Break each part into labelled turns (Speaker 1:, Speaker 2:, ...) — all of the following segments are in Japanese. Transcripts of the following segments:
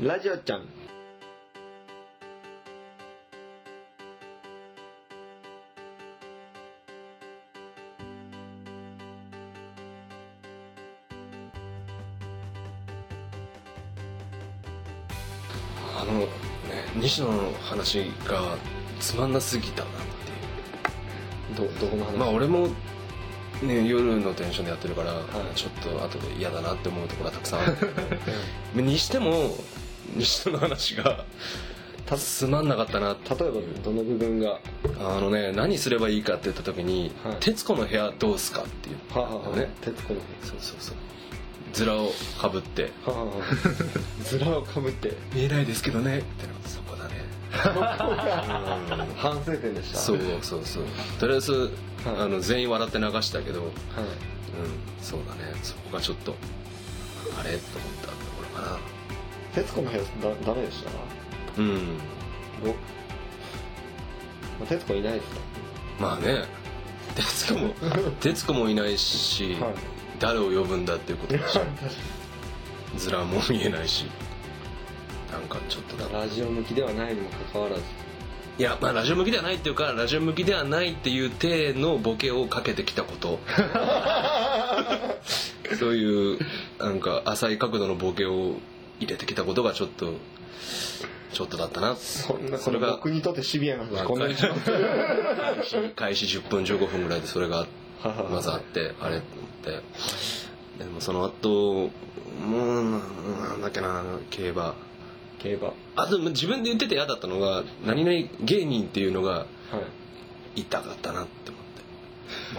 Speaker 1: ラジオちゃん。
Speaker 2: あの、ね、西野の話がつまんなすぎたなっていう
Speaker 1: ど、どこの話
Speaker 2: まあ俺もね夜のテンションでやってるから、
Speaker 1: い
Speaker 2: ちょっと後で嫌だなって思うところはたくさんあ るんだけどまあにしても西野の話が
Speaker 1: た
Speaker 2: つまんなかったなって
Speaker 1: 例えばどの部分が。は
Speaker 2: あのね何すればいいかって言った時に「
Speaker 1: はい
Speaker 2: 徹子の部屋どうすか?」っていう
Speaker 1: あはあはあ
Speaker 2: ね
Speaker 1: 徹子の
Speaker 2: そうそうそうズラをかぶって
Speaker 1: 部屋。はあはあ。ずらをかぶって。
Speaker 2: 「見えないですけどね」ってのはそこだね
Speaker 1: 反省点でした。
Speaker 2: そうそうそうとりあえず、
Speaker 1: はい
Speaker 2: あの全員笑って流したけどうん
Speaker 1: はい。
Speaker 2: そうだねそこがちょっとあれと思ったところかな
Speaker 1: 徹子の部屋だ、ダメでした
Speaker 2: うん
Speaker 1: 僕。まあ徹子いないですか
Speaker 2: まあね徹子も徹子もいない し、
Speaker 1: はい
Speaker 2: 誰を呼ぶんだっていうことだしずらも見えないしなんかちょっとだ
Speaker 1: ラジオ向きではないにもかかわらず。
Speaker 2: いやまあラジオ向きではないっていうかラジオ向きではないっていう体のボケをかけてきたこと そういうなんか浅い角度のボケを入れてきたことがちょっとちょっとだったな
Speaker 1: そんな、
Speaker 2: そ
Speaker 1: こ
Speaker 2: れ
Speaker 1: れ
Speaker 2: が
Speaker 1: 僕にとってシビアな話、こんなにします
Speaker 2: 開始10分15分ぐらいでそれがまずあってあれと思ってでもその後もうななんだっけな競馬
Speaker 1: 競馬。は
Speaker 2: あと自分で言ってて嫌だったのが何々芸人っていうのが痛かったなって思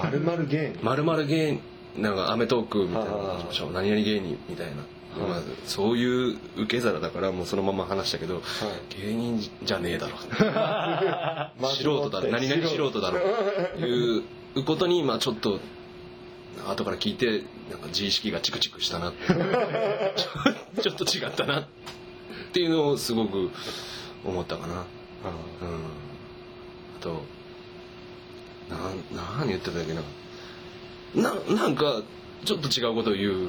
Speaker 2: って
Speaker 1: い。まるまる芸人。
Speaker 2: まるまる芸人なんか『アメトーーク』みたいな話しましょう何々芸人みたいな、
Speaker 1: はい
Speaker 2: まあ、そういう受け皿だからもうそのまま話したけど
Speaker 1: はい。
Speaker 2: 芸人じゃねえだろ素人だろ
Speaker 1: まず
Speaker 2: 何
Speaker 1: 持って
Speaker 2: 々素人だろいうことにまあちょっと後から聞いてなんか自意識がチクチクしたな ちょっと違ったなっていうのをすごく思ったかな
Speaker 1: あ
Speaker 2: うんあとなん何言ってたっけなななんかちょっと違うことを言う
Speaker 1: ー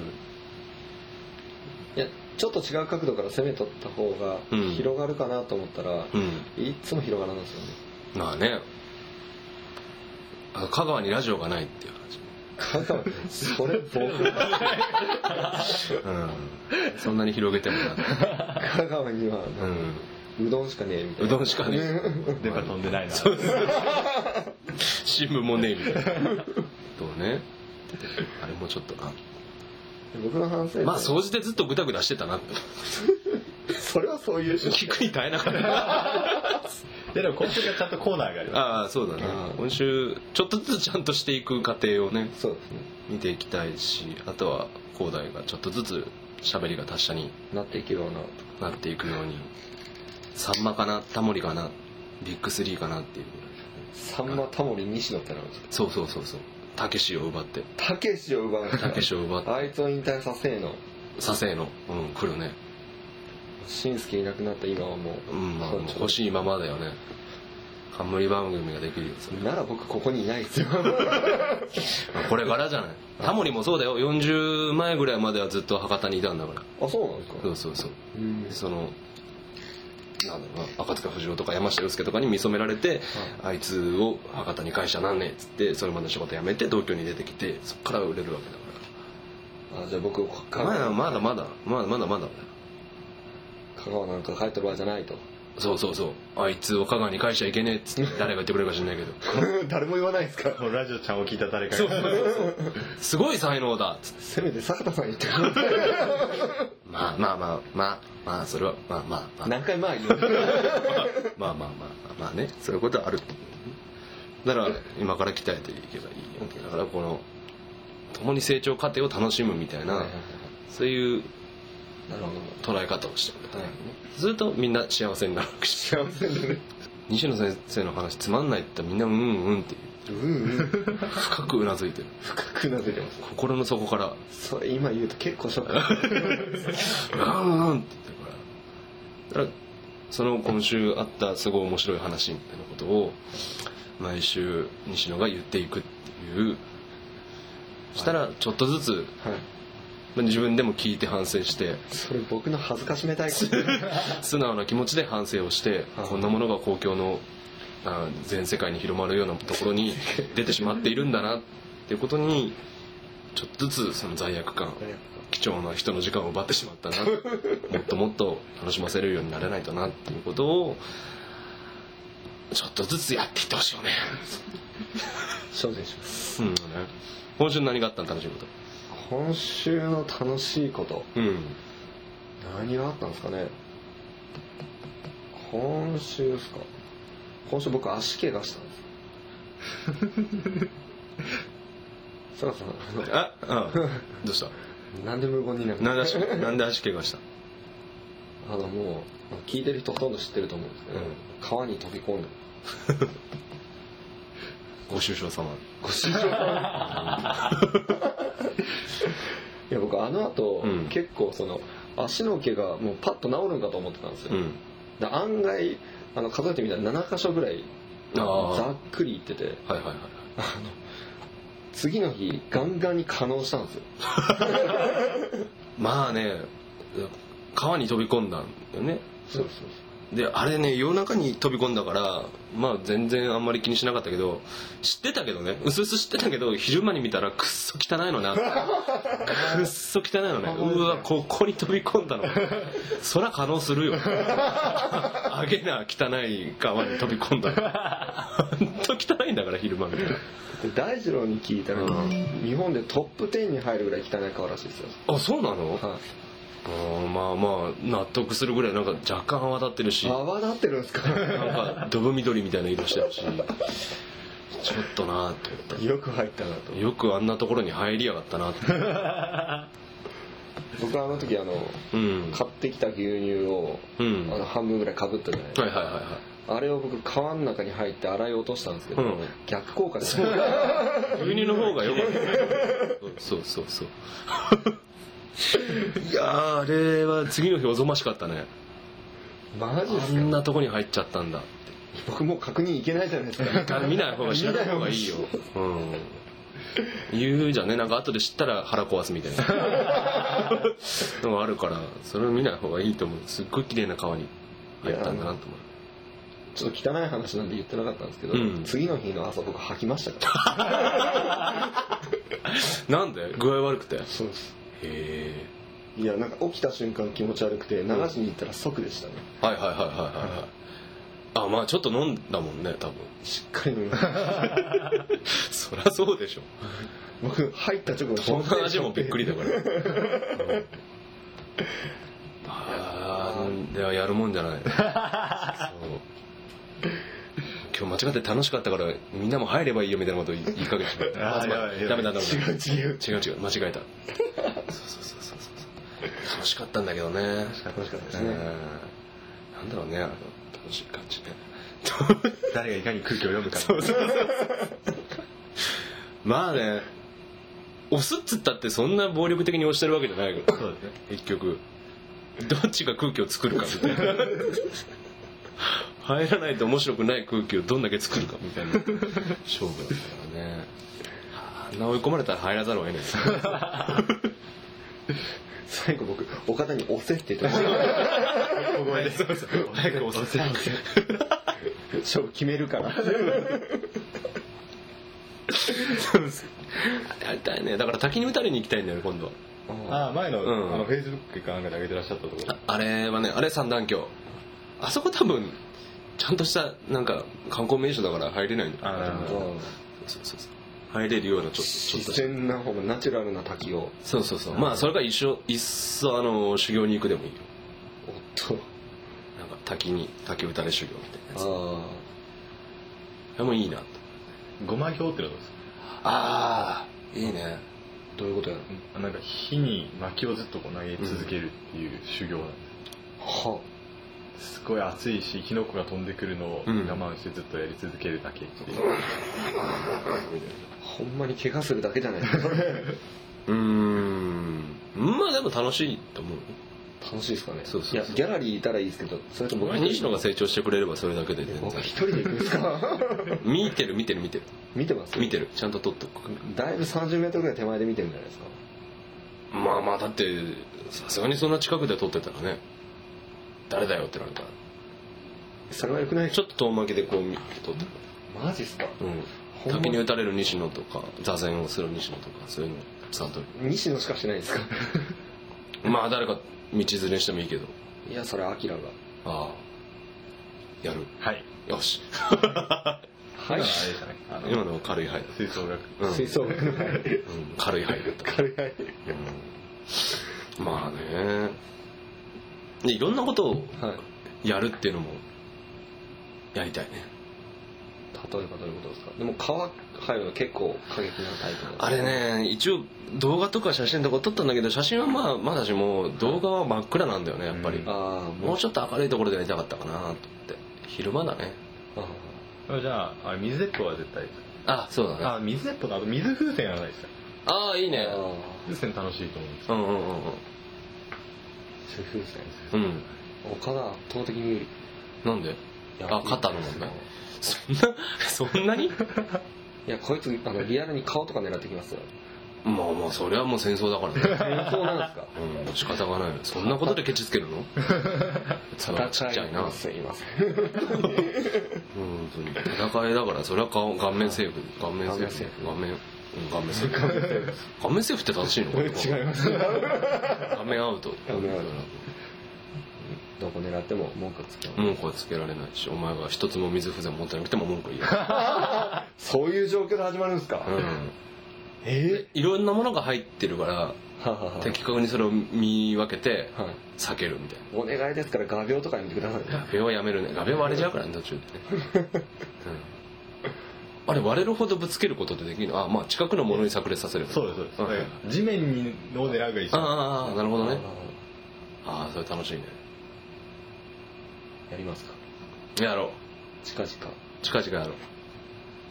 Speaker 1: いやちょっと違う角度から攻めとった方が
Speaker 2: うん
Speaker 1: 広がるかなと思ったら、
Speaker 2: うん
Speaker 1: いっつも広がらないんですよね
Speaker 2: まあねあ香川にラジオがないっていう話
Speaker 1: 香川それ僕
Speaker 2: うんそんなに広げてもな
Speaker 1: 香川には
Speaker 2: う
Speaker 1: うどんしかねえみたい
Speaker 2: んう
Speaker 1: な
Speaker 2: どんしかねえ
Speaker 3: 出が飛んでないな。
Speaker 2: 新聞もねえみ たいなどうねあれもちょっとな
Speaker 1: 僕の反省
Speaker 2: まあ
Speaker 1: そ
Speaker 2: 総じてずっとグダグダしてたなって
Speaker 1: それはそういうし
Speaker 2: 聞くに耐えなかった
Speaker 3: で、でも今週がちゃんとコーナーがありま
Speaker 2: ああそうだね
Speaker 1: うん
Speaker 2: 今週ちょっとずつちゃんとしていく過程をね
Speaker 1: そうですね
Speaker 2: 見ていきたいしあとは広大がちょっとずつ喋りが達者に
Speaker 1: なっていけるような
Speaker 2: なっていくようにサンマかなタモリかなビッグスリーかなっていう
Speaker 1: さんまタモリ西野ってなるんですよ
Speaker 2: そうそうそうそうたけしを奪って
Speaker 1: たけしを奪う
Speaker 2: たけしを 奪って
Speaker 1: あいつを引退させえの
Speaker 2: させえのうん来るね
Speaker 1: しんすけいなくなった今はもう、
Speaker 2: うん、まあ、
Speaker 1: そうちょ
Speaker 2: 欲しいままだよね冠番組ができるよそれ、
Speaker 1: なら僕ここにいないですよ
Speaker 2: まあこれからじ ゃないタモリもそうだよ40前ぐらいまではずっと博多にいたんだから
Speaker 1: あそうなんですか
Speaker 2: そうそうそう
Speaker 1: うん
Speaker 2: そのなんだろうな赤塚不二夫とか山下洋介とかに見初められて、あいつを博多に返しちゃなんねえっつってそれまでの仕事辞めて東京に出てきてそっから売れるわけだ
Speaker 1: あじゃあ僕香
Speaker 2: からまだ
Speaker 1: 川
Speaker 2: まだまだまだまだまだ
Speaker 1: 香川なんか帰った場合じゃないと
Speaker 2: そうそうそうあいつを香川に返しちゃいけねえっつって誰が言ってくれるか知んないけど
Speaker 1: 誰も言わないですか
Speaker 3: す。 ラジオちゃんを聞いた誰か
Speaker 2: そう
Speaker 3: が。
Speaker 2: そうそうすごい才能だっつって
Speaker 1: せめて坂田さん言ってくださ
Speaker 2: まあまあまあまあまあそれはまあまあまあ
Speaker 1: い
Speaker 2: ま
Speaker 1: 何回前言う
Speaker 2: あまあまあまあまあねそういうことはあるだから今から鍛えていけばいいよだからこの共に成長過程を楽しむみたいなそういう
Speaker 1: なるほ
Speaker 2: 捉え方をしてる
Speaker 1: どはい
Speaker 2: ずっとみんな幸せになるわけし
Speaker 1: 幸せだ ね
Speaker 2: 西野先生の話つまんないって言ったらみんなうんうんって
Speaker 1: うんうん
Speaker 2: 深くうなずいてる
Speaker 1: 深くなぜてます
Speaker 2: 心の底から
Speaker 1: それ今言うと結構ショック
Speaker 2: うんうんって言ってるからだからその今週あったすごい面白い話みたいなことを毎週西野が言っていくっていうそしたらちょっとずつ
Speaker 1: はい
Speaker 2: まあ自分でも聞いて反省して
Speaker 1: それ僕の恥ずかしめたい こと
Speaker 2: 素直な気持ちで反省をして
Speaker 1: あー
Speaker 2: こんなものが公共のあー全世界に広まるようなところに出てしまっているんだなっていうことにちょっとずつその罪悪感貴重な人の時間を奪ってしまったなもっともっと楽しませるようにならないとなっていうことをちょっとずつやっていってほしいよね、
Speaker 1: 精進します
Speaker 2: うん、今週何があったの楽しいこと
Speaker 1: 今週の楽しいこと
Speaker 2: うん
Speaker 1: 何があったんですかね今週ですか今週僕足怪我したんです そうそうあの
Speaker 2: ああどうした
Speaker 1: なんで無言になる
Speaker 2: なんで足なんで足怪我した
Speaker 1: あのもう聞いてる人ほとんど知ってると思うんですけど、
Speaker 2: うん
Speaker 1: 川に飛び込ん だ
Speaker 2: ご愁傷様
Speaker 1: ご主人様いや僕あの後、
Speaker 2: うん
Speaker 1: 結構その足の毛がもうパッと治るんかと思ってたんですよ、
Speaker 2: うん
Speaker 1: で案外あの数えてみたら7箇所ぐらい
Speaker 2: ああ
Speaker 1: ざっくりいってて
Speaker 2: はいはいはい
Speaker 1: 次の日ガンガンに可能したんですよ
Speaker 2: まあね川に飛び込んだんだよね
Speaker 1: そうそうそう
Speaker 2: であれね夜中に飛び込んだからまあ全然あんまり気にしなかったけど知ってたけどねうすうす知ってたけど昼間に見たらくっそ汚いの なくっそ汚いのねうわここに飛び込んだのそら可能する よあげな汚い川に飛び込んだのほんと汚いんだから昼間みたいな
Speaker 1: で大二郎に聞いたら、
Speaker 2: うん
Speaker 1: 日本でトップ10に入るぐらい汚い川らしいですよ、
Speaker 2: あそうなの
Speaker 1: はい
Speaker 2: うんまあまあ納得するぐらいなんか若干泡立ってるし
Speaker 1: 泡立ってるんですか
Speaker 2: なんかドブ緑みたいな色してるしちょっとなって思った
Speaker 1: よく入ったなと
Speaker 2: よくあんなところに入りやがったなって
Speaker 1: 僕はあの時あの
Speaker 2: うん
Speaker 1: 買ってきた牛乳を、
Speaker 2: うん
Speaker 1: あの
Speaker 2: は
Speaker 1: 半分ぐらいかぶったじゃない
Speaker 2: いはいはいは
Speaker 1: あれを僕川の中に入って洗い落としたんですけど、
Speaker 2: うん
Speaker 1: 逆効果です
Speaker 2: い牛乳の方がよかったそうそうそういやーあれは次の日おぞましかったね
Speaker 1: マジで
Speaker 2: あ
Speaker 1: す
Speaker 2: ん
Speaker 1: か
Speaker 2: なとこに入っちゃったんだ
Speaker 1: 僕もう確認いけないじゃないですか
Speaker 2: あ見ない方が知らない方がいいようん言うじゃんねなんか後で知ったら腹壊すみたいなのがあるからそれを見ない方がいいと思うすっごい綺麗な川に入ったんだなと思う
Speaker 1: ちょっと汚い話なんで言ってなかったんですけど、
Speaker 2: うん
Speaker 1: 次の日の朝僕吐きましたから
Speaker 2: なんで具合悪くてへ
Speaker 1: そうです
Speaker 2: え
Speaker 1: いやなんか起きた瞬間気持ち悪くて流しに行ったら即でしたね
Speaker 2: はいはいはいはいはいはいあまあちょっと飲んだもんね多分
Speaker 1: しっかり飲みました
Speaker 2: そりゃそうでしょ
Speaker 1: 僕入った直後に
Speaker 2: そんな味もびっくりだからうんああではやるもんじゃないそう今日間違って楽しかったからみんなも入ればいいよみたいなこと言い言いかけてしまった
Speaker 3: あーやばいやばい
Speaker 2: ダメだダメ
Speaker 1: 違
Speaker 2: だ
Speaker 1: う違う
Speaker 2: 違う違う間違えたそうそうそうそうそう楽しかったんだけどね
Speaker 1: 楽しかったです
Speaker 2: うん
Speaker 1: ね、
Speaker 2: なんだろうねあの楽しい感じね
Speaker 3: 誰がいかに空気を読むか
Speaker 2: まあね押すっつったってそんな暴力的に押してるわけじゃないから
Speaker 3: そうですね
Speaker 2: 結局どっちが空気を作るかみたいな入らないと面白くない空気をどんだけ作るかみたいな勝負だったからねあんな追い込まれたら入らざるを得ないです
Speaker 1: 最後僕お方に「押せ」って言ってました
Speaker 3: 小声で 早く押せ
Speaker 1: 勝負決めるから
Speaker 2: やりたいねだから滝に打たれに行きたいんだよね今度は
Speaker 3: ああ前の,、
Speaker 2: うん
Speaker 3: あのフェイスブックかなんかで上げてらっしゃったところ
Speaker 2: ああれはねあれ三段橋あそこ多分ちゃんとしたなんか観光名所だから入れないんだよ
Speaker 3: あーなるほ
Speaker 1: うん
Speaker 2: そうそうそう入れるようなちょっとちょっ
Speaker 1: 自
Speaker 2: とした
Speaker 1: 然な方がナチュラルな滝をおっ
Speaker 2: そうそうそうまあそれから一緒いっそあの修行に行くでもいいよ
Speaker 1: と
Speaker 2: なんか滝に滝打たれ修行みたいなやつ
Speaker 1: あ
Speaker 2: でもいいなと
Speaker 3: ごま表ってのはどうですか
Speaker 2: ああいいね
Speaker 1: あどういうことやろ
Speaker 3: あなんか火に薪をずっとこう投げ続けるっていう修行なんで
Speaker 1: は
Speaker 3: す、すごい暑いしキノコが飛んでくるのを我
Speaker 2: うん
Speaker 3: 慢してずっとやり続けるだけっていう、
Speaker 1: ほんまに怪我するだけじゃないですか
Speaker 2: うーんまあでも楽しいと思う
Speaker 1: 楽しいですかね
Speaker 2: そうそうそう
Speaker 1: やギャラリーいたらいいですけどそれと僕
Speaker 2: 僕西野が成長してくれればそれだけで全
Speaker 1: 僕
Speaker 2: 然
Speaker 1: 一人で行くんですか
Speaker 2: 見てる見てる見てる
Speaker 1: 見てます
Speaker 2: 見てるちゃんと撮っとく
Speaker 1: だいぶ3 0ルぐらい手前で見てるんじゃないですか
Speaker 2: まあまあだってさすがにそんな近くで撮ってたらね誰だよってなるから
Speaker 1: それはよくない
Speaker 2: ちょっと遠巻きでこう見撮ってる
Speaker 1: マジっすか
Speaker 2: う
Speaker 1: ほ
Speaker 2: ん
Speaker 1: んま
Speaker 2: 滝に打たれる西野とか座禅をする西野とかそういうのさんと
Speaker 1: 西野しかしてないんですか
Speaker 2: まあ誰か道連れしてもいいけど
Speaker 1: いやそれアキラが
Speaker 2: ああやる
Speaker 3: はい
Speaker 2: よし
Speaker 1: はい
Speaker 3: だからあれじゃないあの
Speaker 2: 今のは軽い範囲だ
Speaker 3: 吹奏楽
Speaker 2: うん
Speaker 1: 吹奏楽
Speaker 2: うん軽い範囲だった
Speaker 1: 軽いはい
Speaker 2: うんまあねでいろんなことをやるっていうのもやりたいね
Speaker 1: 例えばどういうことですかでも川入るの結構過激なタイプなんです
Speaker 2: あれね一応動画とか写真とか撮ったんだけど写真はまあまだしも動画は真っ暗なんだよねやっぱり、
Speaker 3: うん
Speaker 1: ああも
Speaker 2: も
Speaker 1: う
Speaker 2: うちょっと明るいところでやりたかったかなと思って昼間だね
Speaker 1: あ
Speaker 3: じゃああれ水鉄砲は絶対
Speaker 2: あそうだね
Speaker 3: あ水鉄砲とあと水風船やらないですよ
Speaker 2: ああいいね
Speaker 1: ああ
Speaker 3: 風船楽しいと思うんです
Speaker 2: うんうんうん
Speaker 1: 主婦ですね
Speaker 2: うんうん
Speaker 1: 岡田圧倒的に有利
Speaker 2: なんで
Speaker 1: いや
Speaker 2: あ肩の問題そんなそんなに
Speaker 1: いやこいつあのリアルに顔とか狙ってきますよ
Speaker 2: まあまあそれはもう戦争だからね
Speaker 1: 戦争なんですか
Speaker 2: うん仕方がないそんなことでケチつけ るのそれはちっちゃいな
Speaker 1: すいません
Speaker 2: うんそう戦いだからそれは顔顔面セーフ顔面セーフ顔面うん顔面セーフ顔面セーフって正しいのかな
Speaker 1: 違います
Speaker 2: 顔面アウト
Speaker 1: 顔面アウどこ狙っても文句つけよう
Speaker 2: 文句はつけられないしお前が一つも水風船持ってなくても文句言う、
Speaker 1: そういう状況で始まるんですか
Speaker 2: うん、
Speaker 1: え
Speaker 2: いろんなものが入ってるから
Speaker 1: ははは
Speaker 2: 的確にそれを見分けて
Speaker 1: はい
Speaker 2: 避けるみたいな
Speaker 1: お願いですから画鋲とかやめてください
Speaker 2: 画鋲はやめるね画鋲割れちゃうからね途中でね、うん、あれ割れるほどぶつけることってできるのあまあ近くのものに炸裂させる
Speaker 3: そうですそうです、
Speaker 2: ん
Speaker 3: だから地面にを狙うがいいし
Speaker 2: ああなるほどね
Speaker 1: あ
Speaker 2: ああそれ楽しいね
Speaker 1: ーやりますか
Speaker 2: やろう
Speaker 1: 近々
Speaker 2: 近々やろう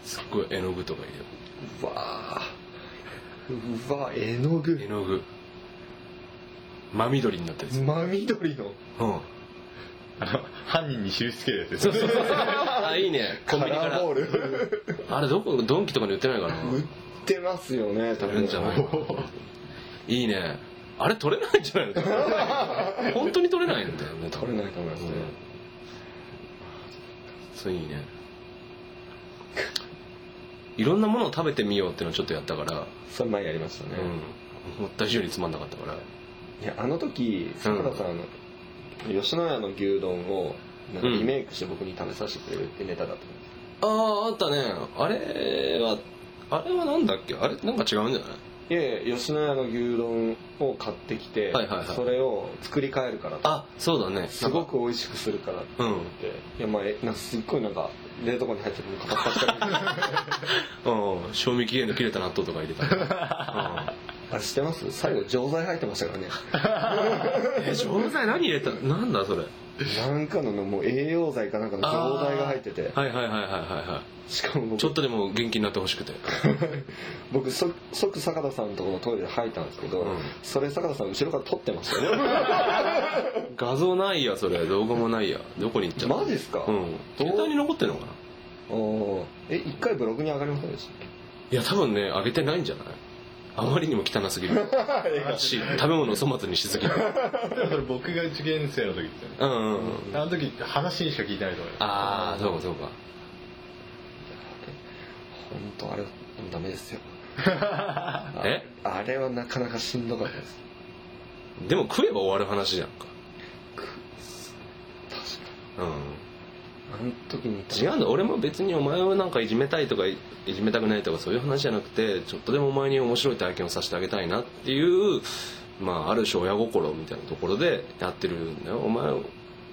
Speaker 2: すっごい絵の具とか入
Speaker 1: うわーうわ絵の
Speaker 2: れる絵
Speaker 1: 具
Speaker 2: の具真緑になったりする
Speaker 1: 真緑の
Speaker 2: うん
Speaker 3: あの犯人に印つけるやつです
Speaker 2: そうそうそうあいいねコン
Speaker 1: カ
Speaker 2: ビニか
Speaker 1: ラー
Speaker 2: ら
Speaker 1: ボール
Speaker 2: あれどこドンキとかに売ってないかな
Speaker 1: 売ってますよね多
Speaker 2: 売るん
Speaker 1: 分
Speaker 2: じゃないいいねあれ取れないんじゃない の本当に取れないんだよね多
Speaker 1: 取
Speaker 2: 分
Speaker 1: れないと思いますね
Speaker 2: うんそういいねいろんなものを食べてみようってのをちょっとやったから、
Speaker 1: それ前やりましたね
Speaker 2: うん、思った以上につまんなかったから
Speaker 1: いやあの時坂田さんあの吉野家の牛丼をなんかリメイクして僕に食べさせてくれるってネタだったんです
Speaker 2: あああったねあれはあれはなんだっけあれなんか違うんじゃない
Speaker 1: いやいや吉野家の牛丼を買ってきて
Speaker 2: はいはいはい
Speaker 1: それを作り変えるからと
Speaker 2: あそうだね
Speaker 1: すごく美味しくするからって
Speaker 2: うんうん
Speaker 1: 言っていやまあえなんかすっごいなんか冷凍庫に入ってるの片っ端から
Speaker 2: 賞味期限の切れた納豆とか入れた、 う
Speaker 1: あれしてます最後錠剤入ってましたからね
Speaker 2: ん、え錠剤何入れたなんだそれ
Speaker 1: なんかのねもう栄養剤かなんかの錠剤が入ってて
Speaker 2: はいはいはいはいはいは
Speaker 1: しかも
Speaker 2: いちょ
Speaker 1: 僕
Speaker 2: っとでも元気になってほしくて
Speaker 1: 僕即即坂田さんのところのトイレ入ったんですけど、
Speaker 2: うん
Speaker 1: それ坂田さん後ろから撮ってましたよ
Speaker 2: 画像ないやそれ動画もないやどこに行っちゃった
Speaker 1: マジっすか、
Speaker 2: うん携帯に残ってんのかな
Speaker 1: おーえ一回ブログに上がりませんでし
Speaker 2: いや多分ねあげてないんじゃないあまりにも汚すぎる し食べ物を粗末にしすぎる
Speaker 3: でもそれ僕が受験生の時ですよね
Speaker 2: うんうんうん
Speaker 3: あの時話にしか聞いてないと思いま
Speaker 2: ああそうかそうか
Speaker 1: た本当あれはダメ ですよあ
Speaker 2: え
Speaker 1: あれはなかなかしんどかったです
Speaker 2: でも食えば終わる話じゃんかう
Speaker 1: あの時に
Speaker 2: ん違うんだ俺も別にお前をなんかいじめたいとかいいじめたくないとかそういう話じゃなくてちょっとでもお前に面白い体験をさせてあげたいなっていうまあある種親心みたいなところでやってるんだよお前の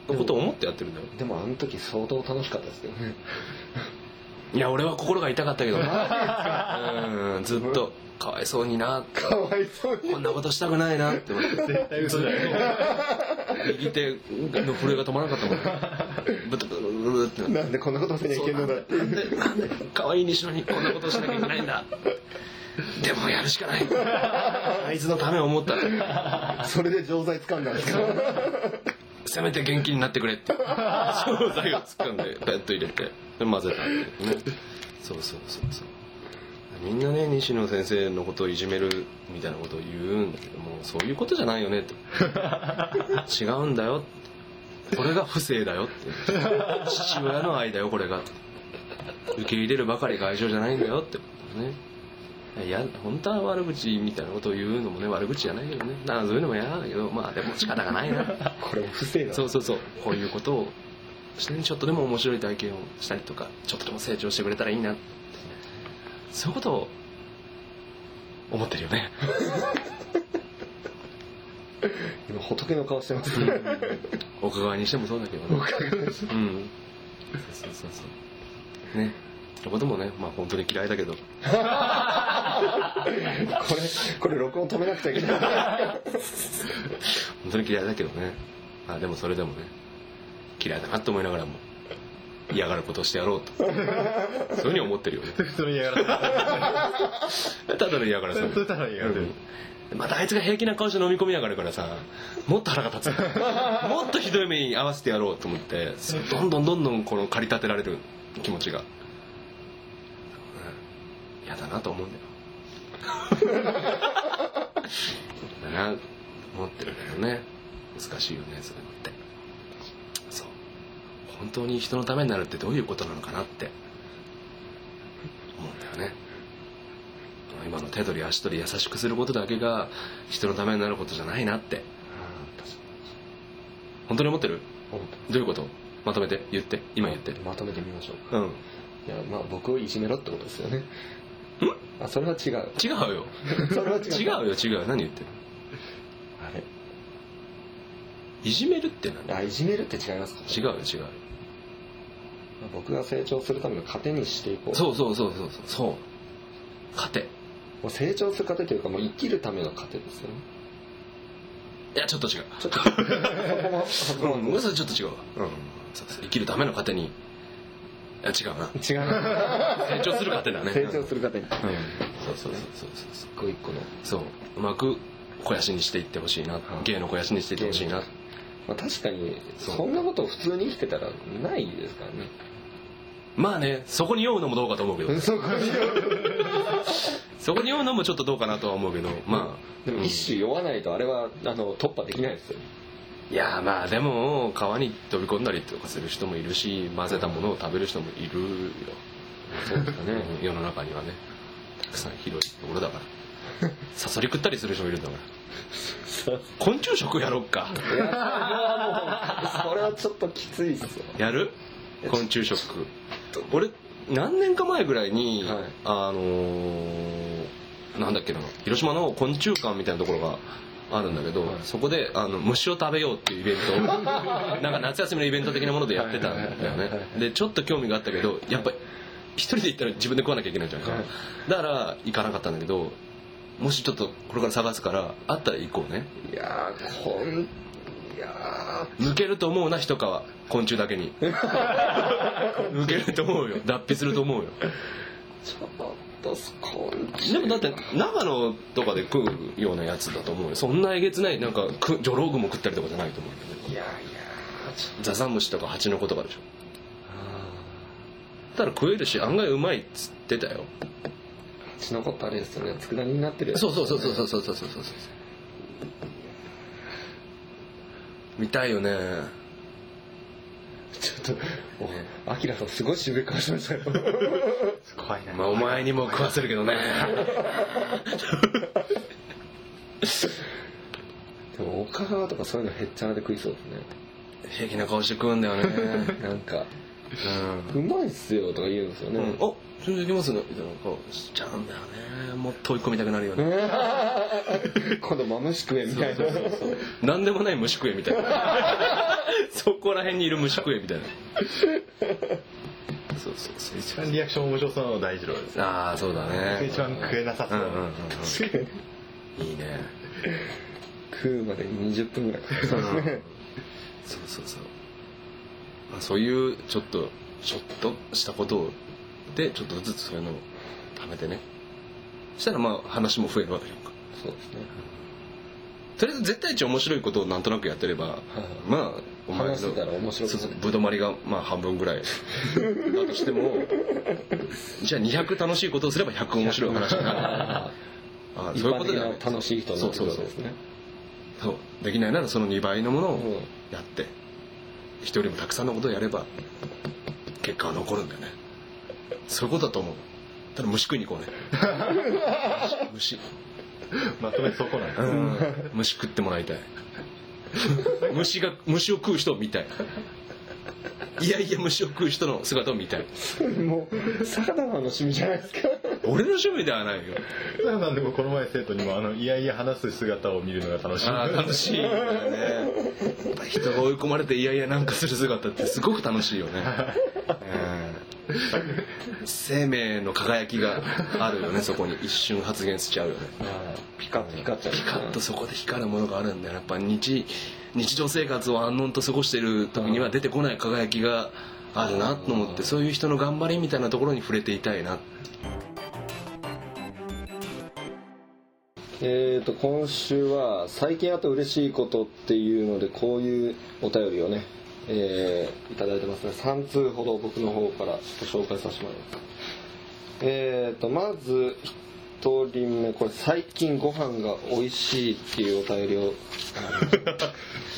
Speaker 2: ことを思ってやってるんだよ
Speaker 1: でもあの時相当楽しかったですけどね
Speaker 2: いや俺は心が痛かったけど なうんずっとかわいそうにな
Speaker 1: かわいそうに
Speaker 2: こんなことしたくないなって思って
Speaker 3: 絶対嘘だよ
Speaker 2: 右手の震えが止まらなかったもんブツブツブツブツってなって
Speaker 1: なんでこんなことせにゃいけんの だって
Speaker 2: なんでなんで可愛い西野にこんなことしなきゃいけないんだでもやるし かないあいつのためを思ったら
Speaker 1: それで錠剤掴んだんですか
Speaker 2: せめて元気になってくれって錠剤をつかんでペット入れてで混ぜたっていうねそうそうそうそうみんなね西野先生のことをいじめるみたいなことを言うんだけどもそういうことじゃないよねって違うんだよってこれが不正だよって父親の愛だよこれが受け入れるばかり外情じゃないんだよってことねいや本当は悪口みたいなことを言うのもね悪口じゃないけどねだからそういうのも嫌なんだけどまあでも仕方がないな
Speaker 1: これも不正だ
Speaker 2: そうそうそうこういうことをしてちょっとでも面白い体験をしたりとかちょっとでも成長してくれたらいいなそういうことを思ってるよね
Speaker 1: 今仏の顔してますね
Speaker 2: お伺いにしてもそうだけどねうんそうそうそうそうね僕もねまあ本当に嫌いだけど
Speaker 1: これこれ録音止めなくちゃいけ ない
Speaker 2: 本当に嫌いだけどねあでもそれでもね嫌いだなと思いながらも嫌がることをしてやろうとそういうふうに思ってるよね
Speaker 3: それやら
Speaker 2: ただの嫌がらせ
Speaker 3: それただの嫌がらせ
Speaker 2: うんまたあいつが平気な顔して飲み込みやがるからさもっと腹が 立つもっとひどい目に合わせてやろうと思ってどんどんどんどんこの駆り立てられる気持ちがうん嫌だなと思うんだよ だな思ってるけどね難しいよねそれってそう本当に人のためになるってどういうことなのかなって思うんだよね今の手取り足取り優しくすることだけが人のためになることじゃないなって本当に思ってるどういうことまとめて言って今言って
Speaker 1: まとめてみましょう
Speaker 2: うん
Speaker 1: いやまあ僕をいじめろってことですよねあそれは違う
Speaker 2: 違うよ
Speaker 1: それは
Speaker 2: 違
Speaker 1: 違
Speaker 2: う
Speaker 1: う
Speaker 2: よ違う何言ってる
Speaker 1: あれ
Speaker 2: いじめるって何
Speaker 1: あいじめるって違いますか
Speaker 2: 違うよ違うよ
Speaker 1: 僕が成長するための糧にしていこう
Speaker 2: そうそうそうそうそうそう糧い
Speaker 1: もう成長する糧というかもう生きるための糧ですよね
Speaker 2: やちょっと違う
Speaker 1: ちょっとここも白
Speaker 2: うん
Speaker 1: 論
Speaker 2: 嘘ちょっと違うわうんそうそう生きるための糧にいや違うな
Speaker 1: 違う
Speaker 2: 成長する糧だね
Speaker 1: 成長する糧に
Speaker 2: うんそうそうそうそうそうそう
Speaker 1: 一個一個の、
Speaker 2: そううまく肥やしにしていってほしいな芸の肥やしにしていってほしいな
Speaker 1: まあ、確かに
Speaker 2: そう
Speaker 1: そんなことを普通に生きてたらないですからね
Speaker 2: まあねそこに酔うのもどうかと思うけど
Speaker 1: そこに
Speaker 2: そこに酔うのもちょっとどうかなとは思うけどまあ
Speaker 1: でも一種酔わないとあれはあの突破できないですよ
Speaker 2: いやまあでも川に飛び込んだりとかする人もいるし混ぜたものを食べる人もいるよ
Speaker 1: そうですかね
Speaker 2: 世の中にはねたくさん広いところだから サソリ食ったりする人もいるんだから昆虫食やろっか
Speaker 1: いやそれはもうそれはちょっときついっすよ
Speaker 2: やる昆虫食俺何年か前ぐらいに、
Speaker 1: はい
Speaker 2: あのーなんだっけな広島の昆虫館みたいなところがあるんだけど、
Speaker 1: はい
Speaker 2: そこであの虫を食べようっていうイベン トをなんか夏休みのイベント的なものでやってたんだよ
Speaker 1: はいはいは
Speaker 2: ね
Speaker 1: いは
Speaker 2: でちょっと興味があったけどやっぱ一人で行ったら自分で食わなきゃいけないじゃんか、
Speaker 1: はい
Speaker 2: だから行かなかったんだけどもしちょっとこれから探すからあったら行こうね
Speaker 1: いやーこんいや
Speaker 2: 抜けると思うな一皮昆虫だけ に抜けると思うよ脱皮すると思うよ
Speaker 1: ーちょっとすこん
Speaker 2: でもだって長野とかで食うようなやつだと思うよそんなえげつないなんかくジョロウグも食ったりとかじゃないと思う
Speaker 1: いやいやーちょっ
Speaker 2: ザザムシとかハチの子とかでしょ
Speaker 1: とあ
Speaker 2: ただ食えるし案外うまいっつってたよ
Speaker 1: ー血のことあれですよね佃煮になってるやつ
Speaker 2: そうそうそうそうそうそうそうそうそう見たいよね
Speaker 1: ちょっとおアキラさんすごい渋い顔してました よ
Speaker 3: 怖いな
Speaker 2: まあお前にも食わせるけどね
Speaker 1: でも岡川とかそういうのへっちゃらで食いそうですね
Speaker 2: 平気な顔して食うんだ よね
Speaker 1: なんか
Speaker 2: うん
Speaker 1: うまいっすよとか言うんですよね、
Speaker 2: うん、おそれできますねみたいな顔しちゃうんだよねもっと追い込みたくなるよね
Speaker 1: 今度マムシ食えみたいな
Speaker 2: 何でもない虫食えみたいな そこら辺にいる虫食えみたいなそうそうそう
Speaker 3: 一番リアクション面白そうなの大二郎です
Speaker 2: ああそうだね
Speaker 3: 一番食えなさ
Speaker 2: う
Speaker 3: そ
Speaker 2: んうんうん
Speaker 3: う
Speaker 2: うんいいね
Speaker 1: 食うまで20分ぐらいかかりそ
Speaker 2: そ
Speaker 1: ううですね
Speaker 2: そうそう、まあ、そういうちょっとちょっとしたことをでちょっとずつそういうのを貯めてねしたらまあ話も増えるわけじゃんか
Speaker 1: そうですね
Speaker 2: とりあえず絶対一面白いことをなんとなくやってれば
Speaker 1: い
Speaker 2: まあお前の
Speaker 1: 話してたら面白く
Speaker 2: そう
Speaker 1: な
Speaker 2: そう
Speaker 1: る
Speaker 2: ぶどまりがまあ半分ぐらいだとしてもじゃあ200楽しいことをすれば100面白い話 になるあ
Speaker 1: 一
Speaker 2: そうい
Speaker 1: 般
Speaker 2: うこ
Speaker 1: 的
Speaker 2: とだ
Speaker 1: な
Speaker 2: よね
Speaker 1: 楽しい人になって
Speaker 2: そう
Speaker 1: こと
Speaker 2: そうそう
Speaker 1: ですね
Speaker 2: そうできないならその2倍のもの
Speaker 1: う
Speaker 2: をやって一人よりもたくさんのことをやれば結果は残るんだよねそういうことだと思うただ虫食いに行 こうね虫
Speaker 3: まとめそこなん
Speaker 2: う
Speaker 3: だ
Speaker 2: ん虫食ってもらいたい虫が虫を食う人を見たいいやいや虫を食う人の姿を見たい
Speaker 1: んもう坂田の趣味じゃないですか
Speaker 2: 俺の趣味ではないよ
Speaker 3: さやさんでもこの前生徒にもあのいやいや話す姿を見るのが楽しい
Speaker 2: ああ楽しいんだよねやっぱ人が追い込まれていやいやなんかする姿ってすごく楽しいよね、うん生命の輝きがあるよねそこに一瞬発言しちゃうよね
Speaker 1: ピカッと光っちゃう
Speaker 2: ピカッとそこで光るものがあるんだよやっぱ日日常生活を安穏と過ごしてる時には出てこない輝きがあるなと思ってそういう人の頑張りみたいなところに触れていたいな
Speaker 1: えーと今週は最近あった嬉しいことっていうのでこういうお便りをねえーいただいてますね3通ほど僕の方からご紹介させてもらいますえーとまず1人目これ最近ご飯が美味しいっていうお便 りを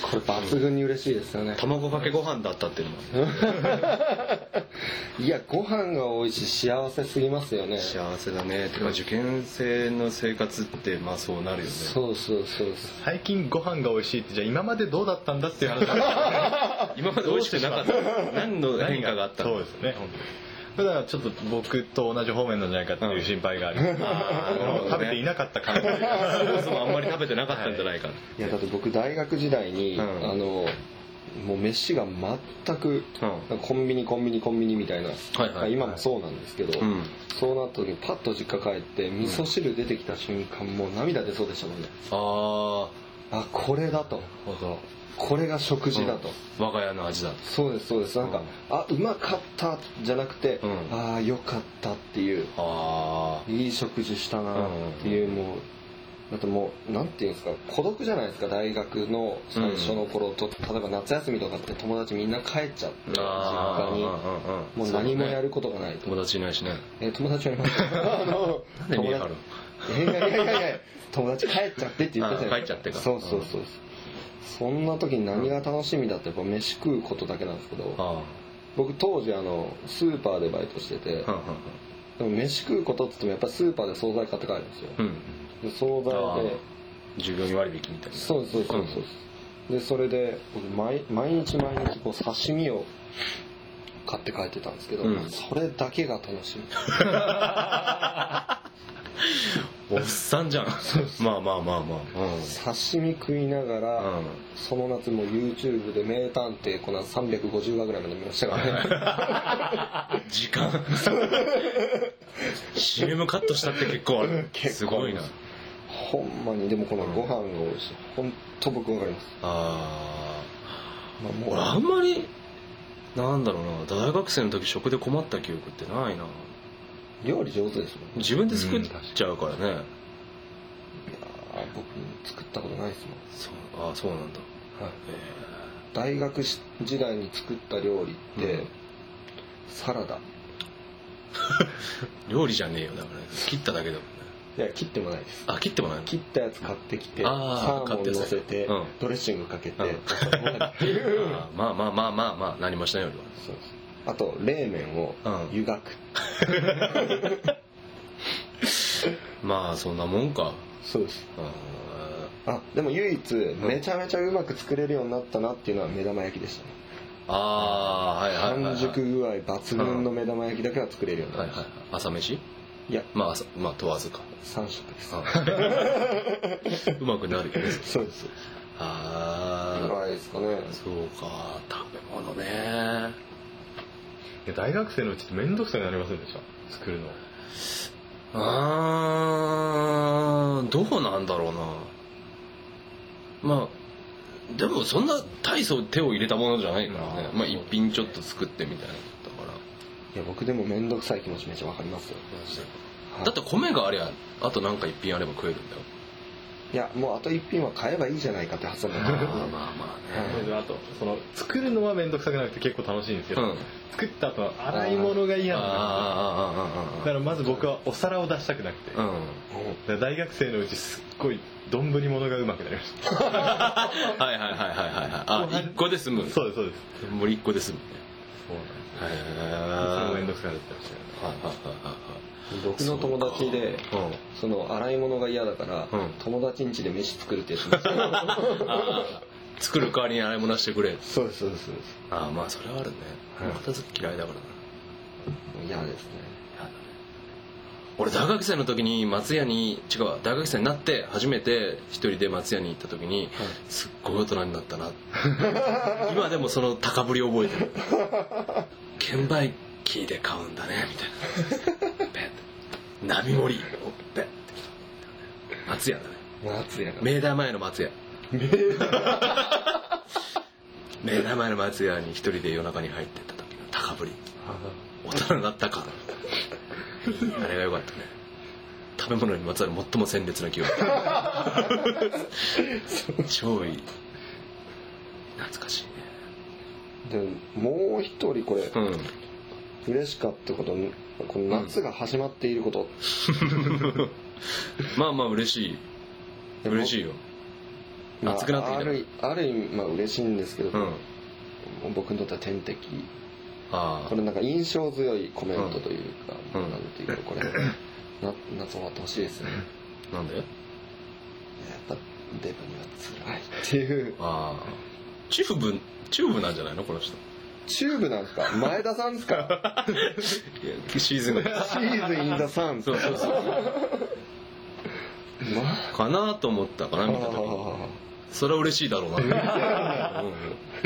Speaker 1: これ抜群に嬉しいですよね
Speaker 2: 卵かけご飯だったっていうのも
Speaker 1: いやご飯が美味しい幸せすぎますよね
Speaker 2: 幸せだねてか受験生の生活ってまあそうなるよね
Speaker 1: そうそうそうそ
Speaker 3: 最近ご飯が美味しいってじゃあ今までどうだったんだっていう話なんですよね
Speaker 2: 今まで美味しくなかった何の変化があった
Speaker 3: そう
Speaker 2: の
Speaker 3: ですね本当にだからちょっと僕と同じ方面なんじゃないかっていう心配がある、
Speaker 2: ー
Speaker 3: 食べていなかった感じ
Speaker 2: そもそもあんまり食べてなかったんじゃないか
Speaker 1: ういやだって僕大学時代に、
Speaker 2: うん
Speaker 1: あのもう飯が全く
Speaker 2: うん
Speaker 1: コンビニコンビニコンビニみたいな、
Speaker 2: はいはい
Speaker 1: 今もそうなんですけど、
Speaker 2: うん
Speaker 1: そうなった時パッと実家帰って味噌汁出てきた瞬間もう涙出そうでしたもんね
Speaker 2: あ
Speaker 1: あこれだと
Speaker 2: あわかる
Speaker 1: これが食事だと、
Speaker 2: 我が家の味だ
Speaker 1: そうですそうですなんか、
Speaker 2: うん
Speaker 1: あうまかったじゃなくて、
Speaker 2: うん
Speaker 1: ああよかったっていう
Speaker 2: あ
Speaker 1: いい食事したなっていう、もうだってもうなんていうんですか孤独じゃないですか大学の最初の頃と、例えば夏休みとかって友達みんな帰っちゃって実
Speaker 2: ああ
Speaker 1: 家にもう何もやることがないと、
Speaker 2: 友達いないしね
Speaker 1: えー友達はいます あ の
Speaker 2: なんで見え張る
Speaker 1: いやいやいやいやいや友達帰っちゃってって言ってたじゃないです
Speaker 2: あ帰っちゃってか
Speaker 1: そうそうそう、そんな時に何が楽しみだってやっぱ飯食うことだけなんですけど
Speaker 2: あ
Speaker 1: 僕当時あのスーパーでバイトしてて
Speaker 2: あ
Speaker 1: でも飯食うことっつってもやっぱりスーパーで惣菜買って帰るんですよ
Speaker 2: うん
Speaker 1: で惣菜で
Speaker 2: 従業員割引みたいな
Speaker 1: そうですそうですそうです、でそれで僕毎毎日毎日こう刺身を買って帰ってたんですけど、
Speaker 2: うん
Speaker 1: それだけが楽しみ
Speaker 2: おっさんじゃんまあまあまあまあ
Speaker 1: 刺身食いながら、
Speaker 2: うん
Speaker 1: その夏も YouTube で名探偵コナン350話ぐらいまで見ましたから ね
Speaker 2: 時間 CM カットしたって結構ある
Speaker 1: 結
Speaker 2: す
Speaker 1: 構あ
Speaker 2: ご
Speaker 1: り
Speaker 2: い
Speaker 1: ま
Speaker 2: な
Speaker 1: すほんまにでもこのご飯が美味しい本当僕わかります、
Speaker 2: あ
Speaker 1: まあ、
Speaker 2: あ俺
Speaker 1: もう
Speaker 2: あんまりなんだろうな大学生の時食で困った記憶ってないな
Speaker 1: 料理上手ですもん
Speaker 2: 自分で作っちゃうからね、
Speaker 1: あ僕作ったことないですもん
Speaker 2: そうああそうなんだ
Speaker 1: 大学し時代に作った料理って、
Speaker 2: うん
Speaker 1: サラダ
Speaker 2: 料理じゃねえよだから切っただけだもんね
Speaker 1: いや切ってもないです
Speaker 2: あ切ってもないの
Speaker 1: 切ったやつ買ってきてサ
Speaker 2: あー
Speaker 1: ーモン乗せて、
Speaker 2: 買ってうん
Speaker 1: ドレッシングかけて、
Speaker 2: うんあーまあまあまあまあまあなりましたよ俺は
Speaker 1: そうですあと冷麺を
Speaker 2: うん
Speaker 1: 湯がく、
Speaker 2: まあそんなもんか
Speaker 1: そうです
Speaker 2: あ
Speaker 1: あでも唯一めちゃめちゃうまく作れるようになったなっていうのは目玉焼きでしたね
Speaker 2: ーあーはいはいはい、はい、
Speaker 1: 半熟具合抜群の目玉焼きだけは作れるようにな
Speaker 2: はい
Speaker 1: りまし
Speaker 2: はいはい朝飯
Speaker 1: たいや
Speaker 2: まあ朝まあ問わずか
Speaker 1: 3食です
Speaker 2: あうまくな るよね
Speaker 1: そうですそうで
Speaker 2: あ
Speaker 1: す
Speaker 2: あ
Speaker 1: ぐらいですかね
Speaker 2: そうか食べ物ね
Speaker 3: いや大学生のうちって面倒くさくなりませんでした作るの
Speaker 2: あーどうなんだろうなまあでもそんな大層手を入れたものじゃないからね、
Speaker 3: うん
Speaker 2: まあ一品ちょっと作ってみたいなだから
Speaker 1: いや僕でも面倒くさい気持ちめっちゃわかりますよ
Speaker 2: だって米がありゃあとなんか一品あれば食えるんだよ
Speaker 1: いやもうあと一品は買えばいいじゃないかって発想にな
Speaker 2: ま
Speaker 1: っ
Speaker 2: あ
Speaker 1: た
Speaker 2: まあまあね
Speaker 3: あとその作るのは面倒くさくなくて結構楽しいんですけ
Speaker 2: う
Speaker 3: ど、
Speaker 2: ん
Speaker 3: 作った後は洗い物が嫌なんですよだ
Speaker 2: あ
Speaker 3: からまず僕はお皿を出したくなくて、
Speaker 2: ああああああ
Speaker 3: だから大学生のうちすっごい丼物がうまくなりました
Speaker 2: うんはいはいはいはいはいはいあ一個で済む
Speaker 3: そうですそうです
Speaker 2: 森一個で済む
Speaker 3: そうなん
Speaker 2: へ
Speaker 3: です面
Speaker 2: え
Speaker 3: 倒くさくなってましたよね
Speaker 1: 僕の友達で
Speaker 2: うん
Speaker 1: その洗い物が嫌だから、
Speaker 2: うん
Speaker 1: 友達ん家で飯作る ってやつです
Speaker 2: ああ作る代わりに洗い物してくれ
Speaker 1: そうですそうですそうで
Speaker 2: ああまあそれはあるね
Speaker 1: はい
Speaker 2: 片付け嫌いだから
Speaker 1: す
Speaker 2: な
Speaker 1: 嫌ですね
Speaker 2: 俺大学生の時に松屋に違うわ大学生になって初めて一人で松屋に行った時にすっごい大人になったな今でもその高ぶり覚えてる券売機で買うんだねみたいなペッ並盛りをペッて松屋だね
Speaker 1: 夏やから
Speaker 2: 明大前の松屋 明大前の松屋に一人で夜中に入ってった時の高ぶり大人になったかあれが良かったね食べ物にまつわる最も鮮烈な記憶超いい懐かしいね
Speaker 1: でもう一人これ
Speaker 2: うん
Speaker 1: 嬉しかったことこの夏が始まっていること、
Speaker 2: まあまあ嬉しい
Speaker 1: でも
Speaker 2: 嬉しいよ
Speaker 1: まあ
Speaker 2: 暑くなってきた
Speaker 1: あるある意味まあ嬉しいんですけど、
Speaker 2: うん
Speaker 1: 僕にとっては天敵
Speaker 2: あ
Speaker 1: これなんか印象強いコメントというか、
Speaker 2: うん
Speaker 1: なんていうかこ れ、な夏終わってほしいですね
Speaker 2: あなんで
Speaker 1: やっぱデブには辛いっていう
Speaker 2: ああチューブチューブなんじゃないのこの人
Speaker 1: チューブなんすか前田さんですか
Speaker 2: シーズンが
Speaker 1: シーズンインザサン
Speaker 2: そうそうそう
Speaker 1: ま
Speaker 2: かなと思ったかな見た時に
Speaker 1: あ
Speaker 2: それは嬉しいだろう な、うん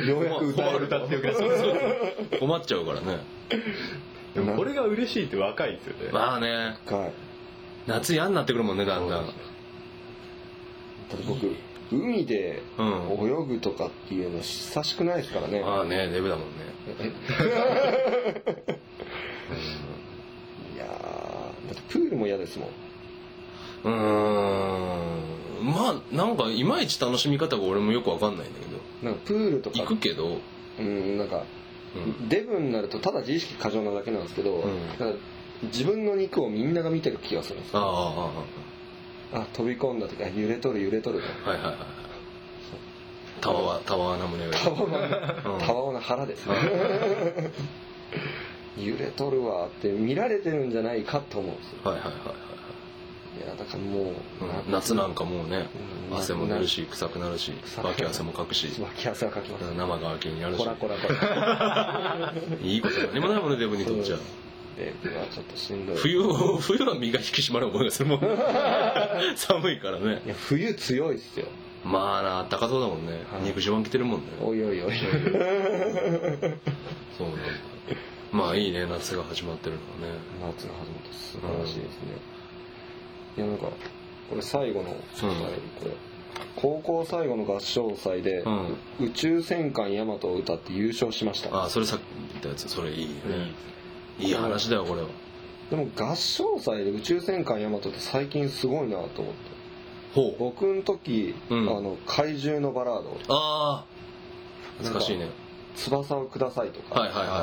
Speaker 1: ーようやく歌える
Speaker 3: 歌ってよくなっちゃ
Speaker 2: 困っちゃうからね
Speaker 3: うでもこれが嬉しいって若いですよね、
Speaker 2: まあね
Speaker 1: か
Speaker 2: 夏嫌になってくるもんねだんだん
Speaker 1: だって僕海で
Speaker 2: うん
Speaker 1: 泳ぐとかっていうの久しくないですからね
Speaker 2: まあねデブだもんね
Speaker 1: いやーだってプールも嫌ですもん
Speaker 2: うーんまあなんかいまいち楽しみ方が俺もよくわかんないんだけ
Speaker 1: なんかプールと
Speaker 2: ど行
Speaker 1: か
Speaker 2: くけど
Speaker 1: うんなんか
Speaker 2: うん
Speaker 1: デブになるとただ自意識過剰なだけなんですけど、
Speaker 2: うん
Speaker 1: だから自分の肉をみんなが見てる気がするんです
Speaker 2: ああ
Speaker 1: よ
Speaker 2: あ
Speaker 1: あ飛び込んだ時あ揺れとる揺れとる
Speaker 2: あはいはいはいたわわたわわな胸が
Speaker 1: タワマン
Speaker 2: うん
Speaker 1: タワオの腹 ですね揺れとるわって見られてるんじゃないかと思うんですよ
Speaker 2: はいはいはいはい
Speaker 1: いやだからもう、
Speaker 2: うん夏なんかもうね
Speaker 1: うん
Speaker 2: 汗も出るし臭くなるし
Speaker 1: 臭くなる
Speaker 2: 脇汗もかくし
Speaker 1: 脇汗はかきます、
Speaker 2: 生乾きになるし
Speaker 1: こらこらこ ら
Speaker 2: いいこと何もないもんねデブにとっちゃ
Speaker 1: そうで僕はちょっとしんどい
Speaker 2: 冬を冬は身が引き締まる思いがす るもん寒いからね
Speaker 1: いや冬強いっすよ
Speaker 2: まあなあったかそうだもんね、
Speaker 1: はい
Speaker 2: 肉汁着てるもんね
Speaker 1: おいおいおい
Speaker 2: そうなんだまあいいね夏が始まってるのはね
Speaker 1: 夏が始まった素晴らしいですね、いやなんかこれ最後の、これ高校最後の合唱祭で、
Speaker 2: うん
Speaker 1: 宇宙戦艦ヤマトを歌って優勝しました
Speaker 2: ああそれさっき言ったやつそれいいね、いい話だよこれは
Speaker 1: でも合唱祭で宇宙戦艦ヤマトって最近すごいなと思って
Speaker 2: ほう
Speaker 1: 僕の時、
Speaker 2: うん
Speaker 1: あの怪獣のバラード
Speaker 2: ああ懐かしいね
Speaker 1: 「翼をください」とか、
Speaker 2: はいはいはいは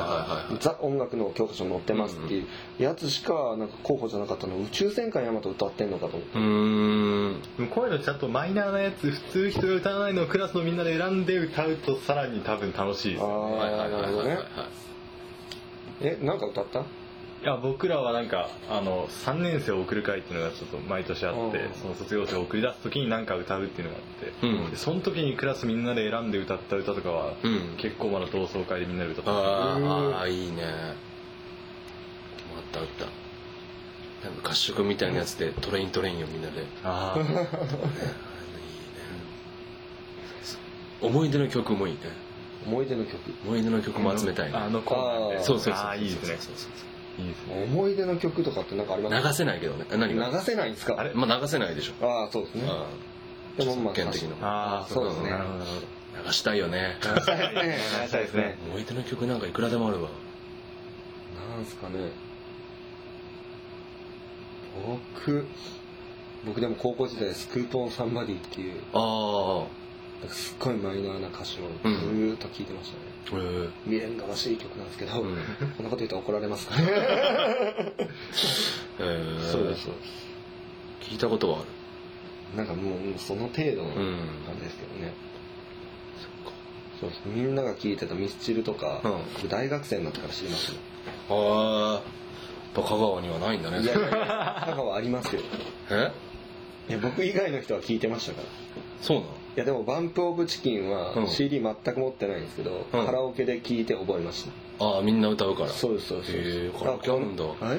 Speaker 2: いはい
Speaker 1: ザ音楽の教科書に載ってますっていうやつしかなんか候補じゃなかったの宇宙戦艦ヤマト歌ってんのかと思って
Speaker 2: うーん
Speaker 3: でもこういうのちゃんとマイナーなやつ普通人が歌わないのをクラスのみんなで選んで歌うとさらに多分楽しいです
Speaker 1: あ
Speaker 3: よ
Speaker 2: はいはいは
Speaker 1: あ
Speaker 2: い
Speaker 1: な
Speaker 2: はい
Speaker 1: るほど
Speaker 2: はい
Speaker 1: ね
Speaker 2: はい
Speaker 1: えなんか歌った
Speaker 3: いや僕らはなんかあの3年生を送る会っていうのがちょっと毎年あって
Speaker 1: うん
Speaker 3: その卒業生を送り出す時に何か歌うっていうのがあって、
Speaker 2: うん
Speaker 3: でその時にクラスみんなで選んで歌った歌とかは、
Speaker 2: うん
Speaker 3: 結構まだ同窓会でみんなで歌った
Speaker 2: あーあーいいねあったあったなんか合宿みたいなやつでトレイントレインをみんなで
Speaker 3: あー
Speaker 2: 思い出の曲もいいね
Speaker 1: 思い出の曲
Speaker 2: 思い出の曲も集めたいね
Speaker 3: あのコーナーで
Speaker 1: あ
Speaker 2: そうそうそう
Speaker 3: あーいいですね
Speaker 2: そうそうそ
Speaker 3: いいですね
Speaker 1: 思い出の曲とかってなんかあり
Speaker 2: う
Speaker 1: ます
Speaker 2: 流せないけどね何が
Speaker 1: 流せないんですか
Speaker 3: あれ
Speaker 2: まあ流せないでしょ
Speaker 1: ああそうですね
Speaker 2: あ
Speaker 1: でもまあ
Speaker 2: 著作権的な
Speaker 3: ああ
Speaker 1: そうですね
Speaker 3: なるほどなるほ
Speaker 2: 流したいよね
Speaker 3: ど流
Speaker 1: ね
Speaker 3: したいです ね
Speaker 2: 思い出の曲なんかいくらでもあるわ
Speaker 1: なんすかね僕僕でも高校時代スクーポンサンバディっていう
Speaker 2: ああ
Speaker 1: なんかすっごいマイナーな歌詞をずーっと聴いてましたね、
Speaker 2: えー
Speaker 1: 未練がましい曲なんですけど、
Speaker 2: うん
Speaker 1: こんなこと言ったら怒られますから
Speaker 2: えー
Speaker 1: そうで
Speaker 2: 聞いたことはあ
Speaker 1: すなんかもうもうその程度の
Speaker 2: るうん
Speaker 1: 感じですけどね、そうですみんなが聴いてたミスチルとか、
Speaker 2: うん
Speaker 1: 僕大学生になってから知りましたね
Speaker 2: ああやっぱ香川にはないんだね
Speaker 1: いやいやいや香川ありますよ
Speaker 2: え
Speaker 1: いや僕以外の人は聞いてましたからい
Speaker 2: そうなの
Speaker 1: やでもバンプオブチキン
Speaker 2: う
Speaker 1: は
Speaker 2: ん
Speaker 1: CD 全く持ってないんですけど、
Speaker 2: うん
Speaker 1: カラオケで聞いて覚えました、
Speaker 2: ああみんな歌うから
Speaker 1: そうですそうですそうです
Speaker 2: へえカラオケあるんだ
Speaker 1: あこ はい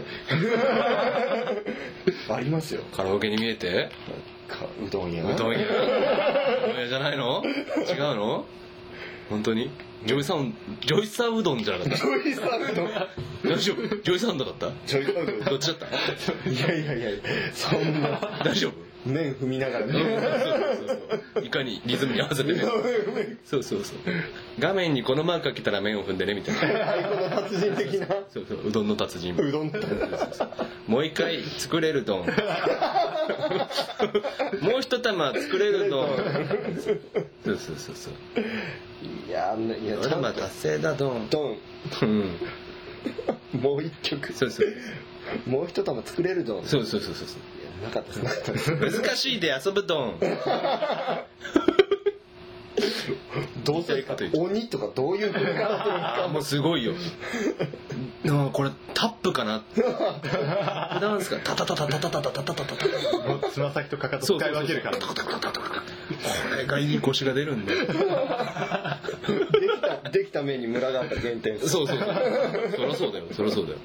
Speaker 1: ありますよ
Speaker 2: カラオケに見えて
Speaker 1: かうどん屋
Speaker 2: うどん屋うどん屋じゃないの違うの本当にジョイサウンジョイサうどんじゃなかった
Speaker 1: ジョイサウド
Speaker 2: 大丈夫ジョイサウンドだった
Speaker 1: ジョイサウ
Speaker 2: どっちだった
Speaker 1: ド いやいやいやそんな
Speaker 2: 大丈夫
Speaker 1: 麺踏みながらね
Speaker 2: そうそうそうそういかにリズムに合わせてねそうそうそう画面にこのマークが来たら面を踏んでねみたいな
Speaker 1: 太鼓の達人的な
Speaker 2: そうそううどんの達人
Speaker 1: うどんって
Speaker 2: もう一回作れるどんもう一玉作れる どんそうそうそうそう
Speaker 1: いやあんないやちゃん
Speaker 2: 玉
Speaker 1: と
Speaker 2: 達成だどん
Speaker 1: うど
Speaker 2: うん
Speaker 1: んもう一曲
Speaker 2: そうそう
Speaker 1: もう一玉作れるどんい
Speaker 2: そうそうそうそうそう
Speaker 1: やなかったですなかったです
Speaker 2: 難しいで遊ぶどん
Speaker 1: どうせ鬼とかどういう風に
Speaker 2: あもうすごいよあこれタップかな普段ですかタタタタタタタタタタタタ
Speaker 3: もうつま先とかかと
Speaker 2: そう
Speaker 3: 使
Speaker 2: そうそ
Speaker 3: い分
Speaker 2: う
Speaker 3: けるから
Speaker 2: タタタタタタこれがいい腰が出るんだよ
Speaker 1: できたできた目にムラがあった原点
Speaker 2: そうそうそりゃそうだよそりゃそうだよ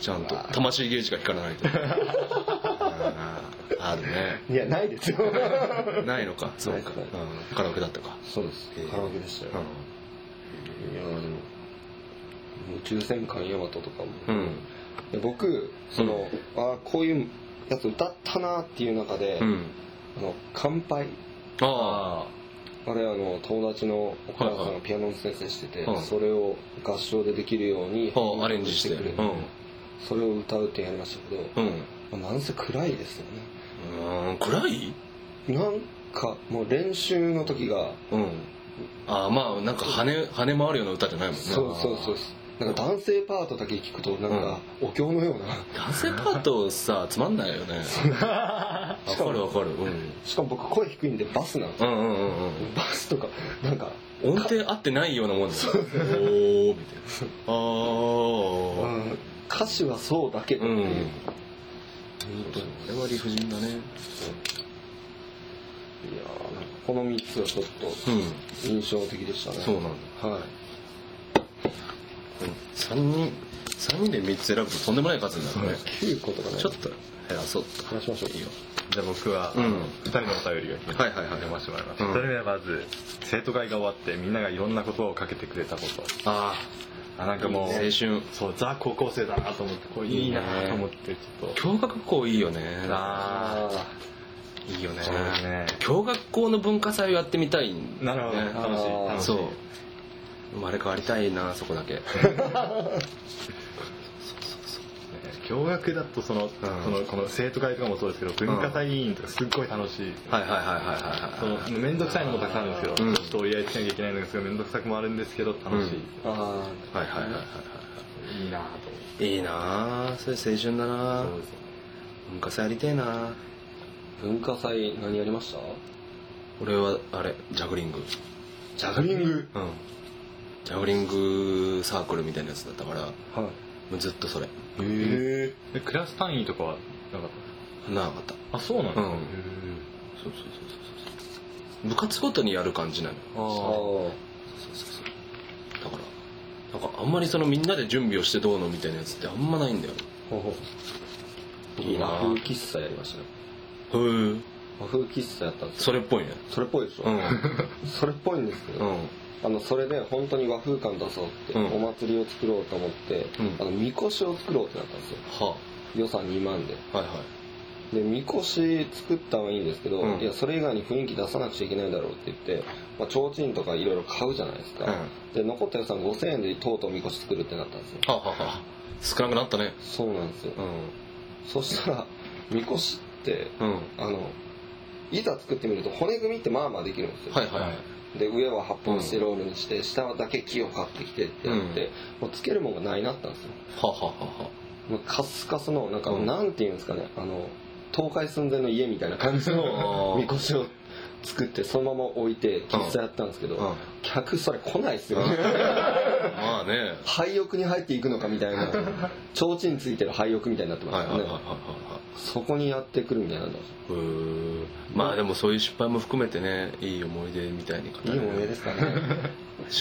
Speaker 2: ちゃんと魂ゲージが光らないとあーあるね
Speaker 1: いやないですよ
Speaker 2: ないのかそう
Speaker 1: な
Speaker 2: か、
Speaker 1: いです
Speaker 2: うんカラオケだったか、
Speaker 1: そうですカラオケでしたよ
Speaker 2: う
Speaker 1: いやでももう宇宙戦艦ヤマトとかも、
Speaker 2: んうん
Speaker 1: で僕その、ああこういうやつ歌ったなっていう中で「
Speaker 2: うん
Speaker 1: あの乾杯
Speaker 2: あ」
Speaker 1: あれあの友達のお母さ
Speaker 2: はい
Speaker 1: ん
Speaker 2: は
Speaker 1: がピアノの先生してて、
Speaker 2: うん
Speaker 1: それを合唱でできるように
Speaker 2: ああアレンジして
Speaker 1: くれる、
Speaker 2: うん
Speaker 1: それを歌うってやりましたけど、
Speaker 2: うん
Speaker 1: まあなんせ暗いですよね
Speaker 2: うん暗い
Speaker 1: なんかもう練習の時が、
Speaker 2: うんああまあなんか跳ね跳ね回るような歌じゃないもんね
Speaker 1: そうそうそうなんか男性パートだけ聞くとなんかお経のような、
Speaker 2: 男性パートさつまんないよ ねわかるわかる、うん、
Speaker 1: しかも僕声低いんでバスなんです
Speaker 2: うんうんうんうん
Speaker 1: バスとかなんか
Speaker 2: 音程合ってないようなもんだよおおみたいなあ
Speaker 1: う
Speaker 2: ー
Speaker 1: ん歌詞はそうだけど
Speaker 2: う
Speaker 1: っ
Speaker 2: ん
Speaker 1: ていう、
Speaker 2: あれは理不尽だ
Speaker 1: い
Speaker 2: ね
Speaker 1: やーなんかこの3つはちょっ
Speaker 2: うん
Speaker 1: と印象的でしたね
Speaker 2: そうなんだ
Speaker 1: はい
Speaker 2: 3人三人で3つ選ぶととんでもない数になるね
Speaker 1: 9個とかね
Speaker 2: ちょっと減らそうっと
Speaker 1: 話しましょう
Speaker 2: いいよ
Speaker 3: じゃあ僕は
Speaker 2: うん
Speaker 3: 2人のお便りを
Speaker 2: はいはいはい
Speaker 3: 読ませてもらいます
Speaker 2: うん
Speaker 3: 1人目はまず生徒会が終わってみんながいろんなことをかけてくれたこと
Speaker 2: あ
Speaker 3: あな
Speaker 2: あ
Speaker 3: んかもう
Speaker 2: 青春
Speaker 3: そうザ高校生だなと思ってこういいなと思ってちょっと
Speaker 2: 共学校いいよね
Speaker 3: あ
Speaker 1: あ
Speaker 2: いいよね
Speaker 3: そうですね
Speaker 2: 共学校の文化祭をやってみたいん
Speaker 3: ーなるほど
Speaker 2: ね
Speaker 3: 楽しい
Speaker 1: あー
Speaker 3: 楽しい
Speaker 2: そう生まれ変わりたいなそこ だけ
Speaker 3: 驚愕だとその,、そのこの生徒会とかもそうですけど文化祭委員とかすっごい楽しい、
Speaker 2: はいはいはいはい
Speaker 3: そ
Speaker 2: はい
Speaker 3: の
Speaker 2: はい
Speaker 3: 面倒くさいのもたくさんあるんですけど、
Speaker 2: うん
Speaker 3: ちょっと折り合いつけなきゃいけないのがすごい面倒くさくもあるんですけど楽しい、
Speaker 1: ーあ
Speaker 2: はいはいはいはい
Speaker 3: いいなぁ
Speaker 2: はいいいなあそれ青春だな
Speaker 3: と
Speaker 2: あ
Speaker 3: 思ってそうですね
Speaker 2: 文化祭やりてえなあ
Speaker 1: ー文化祭何やりました
Speaker 2: 俺はあれジャグリング
Speaker 1: ジャグリング
Speaker 2: うんジャグリングサークルみたいなやつだったからも
Speaker 1: はいう
Speaker 2: ずっとそれ
Speaker 1: へえ
Speaker 3: でクラス単位とかはなかっ
Speaker 2: なかった
Speaker 3: たあそうなん
Speaker 2: う
Speaker 3: で
Speaker 2: ん
Speaker 3: す
Speaker 2: そ
Speaker 3: か、
Speaker 2: うそうそうそうそう部活ごとにやる感じなの
Speaker 1: あー
Speaker 2: そうそうそうだからなんかあんまりそのみんなで準備をしてどうのみたいなやつってあんまないんだよね
Speaker 1: ほうほう
Speaker 2: いいな
Speaker 1: 和風喫茶やりましたね
Speaker 2: へえ
Speaker 1: 和風喫茶やったんですよ
Speaker 2: それっぽいね
Speaker 1: それっぽいでしょ、
Speaker 2: うん
Speaker 1: それっぽいんですけ
Speaker 2: う
Speaker 1: ど、
Speaker 2: ん
Speaker 1: あのそれで本当に和風感出そうって、
Speaker 2: うん
Speaker 1: お祭りを作ろうと思って、
Speaker 2: うん
Speaker 1: あのみこしを作ろうってなったんですよ
Speaker 2: は
Speaker 1: 予算2万で
Speaker 2: はいはい
Speaker 1: でみこし作ったはいいんですけど、
Speaker 2: うん
Speaker 1: いやそれ以外に雰囲気出さなくちゃいけないだろうって言って、まあ、提灯とかいろいろ買うじゃないですか、で残った予算5000円でとうとうみこし作るってなったんですよ
Speaker 2: ははは少なくなったね
Speaker 1: そうなんですよ
Speaker 2: うん
Speaker 1: そしたらみこしって
Speaker 2: うん。
Speaker 1: あのいざ作ってみると骨組みってまあまあできるんですよ、
Speaker 2: はいはい。
Speaker 1: で上は発泡スチロールにして、下だけ木を買ってきてってやって、もうつけるもんがないなったんですよ
Speaker 2: はははは。
Speaker 1: もうカスカスのなんか、
Speaker 2: うん
Speaker 1: なんていうんですかねあの倒壊寸前の家みたいな感じの
Speaker 2: あー
Speaker 1: みこしを作ってそのまま置いて喫茶やったんですけど、
Speaker 2: うん
Speaker 1: 客それ来ないですよね
Speaker 2: まあね。
Speaker 1: 廃屋に入っていくのかみたいな提灯ついてる廃屋みたいになってま
Speaker 2: はい
Speaker 1: す
Speaker 2: はいは
Speaker 1: よ
Speaker 2: い
Speaker 1: ね、
Speaker 2: はいはい。
Speaker 1: そこにやってくるみたいなの
Speaker 2: うーんまあでもそういう失敗も含めてねいい思い出みたいに語
Speaker 1: いい思い出ですかね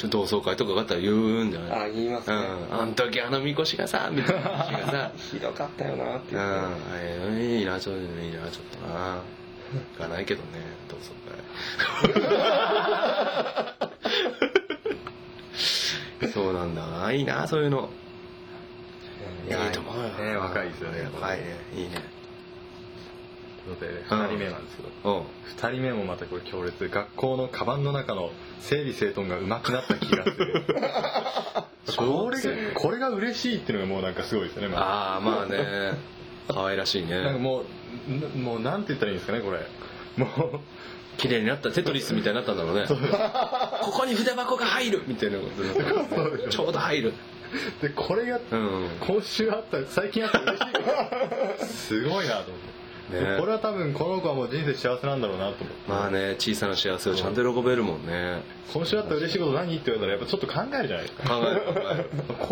Speaker 2: 同窓会とかがあったら言うんじゃな
Speaker 1: あ
Speaker 2: い
Speaker 1: 言います
Speaker 2: う
Speaker 1: ね、
Speaker 2: ん、あん時あのみこしがさみたいな話がさ
Speaker 1: ひどかったよなって
Speaker 2: う
Speaker 1: い
Speaker 2: ん
Speaker 1: う、
Speaker 2: あれいいなちょっといいなちょっとな行かないけどね同窓 会そうなんだないいなそういうのい
Speaker 3: や
Speaker 2: いと思うよ
Speaker 3: ね若いですよね
Speaker 2: 若いねいいね
Speaker 3: ので2人目なんですけど、
Speaker 2: うん
Speaker 3: 二2人目もまたこれ強烈で学校のカバンの中の整理整頓がうまくなった気がするこれがこれが嬉しいっていうのがもうなんかすごいですよね、まあ
Speaker 2: ああまあね可愛らしい
Speaker 3: なんか
Speaker 2: ね
Speaker 3: もうんもうなんて言ったらいいんですかねこれも
Speaker 2: 綺麗になったテトリスみたいになったんだろうねここに筆箱が入るみたいなことになったんだねちょうど入る
Speaker 3: うでこれが
Speaker 2: うん
Speaker 3: 今週あった最近あった嬉しいこと すごいなと思って、
Speaker 2: ね
Speaker 3: これは多分この子はもう人生幸せなんだろうなと思って、
Speaker 2: まあね小さな幸せをちゃんと喜べるもんね
Speaker 3: 今週あった嬉しいこと何って言われたらやっぱちょっと考えるじゃないですか
Speaker 2: 考える考える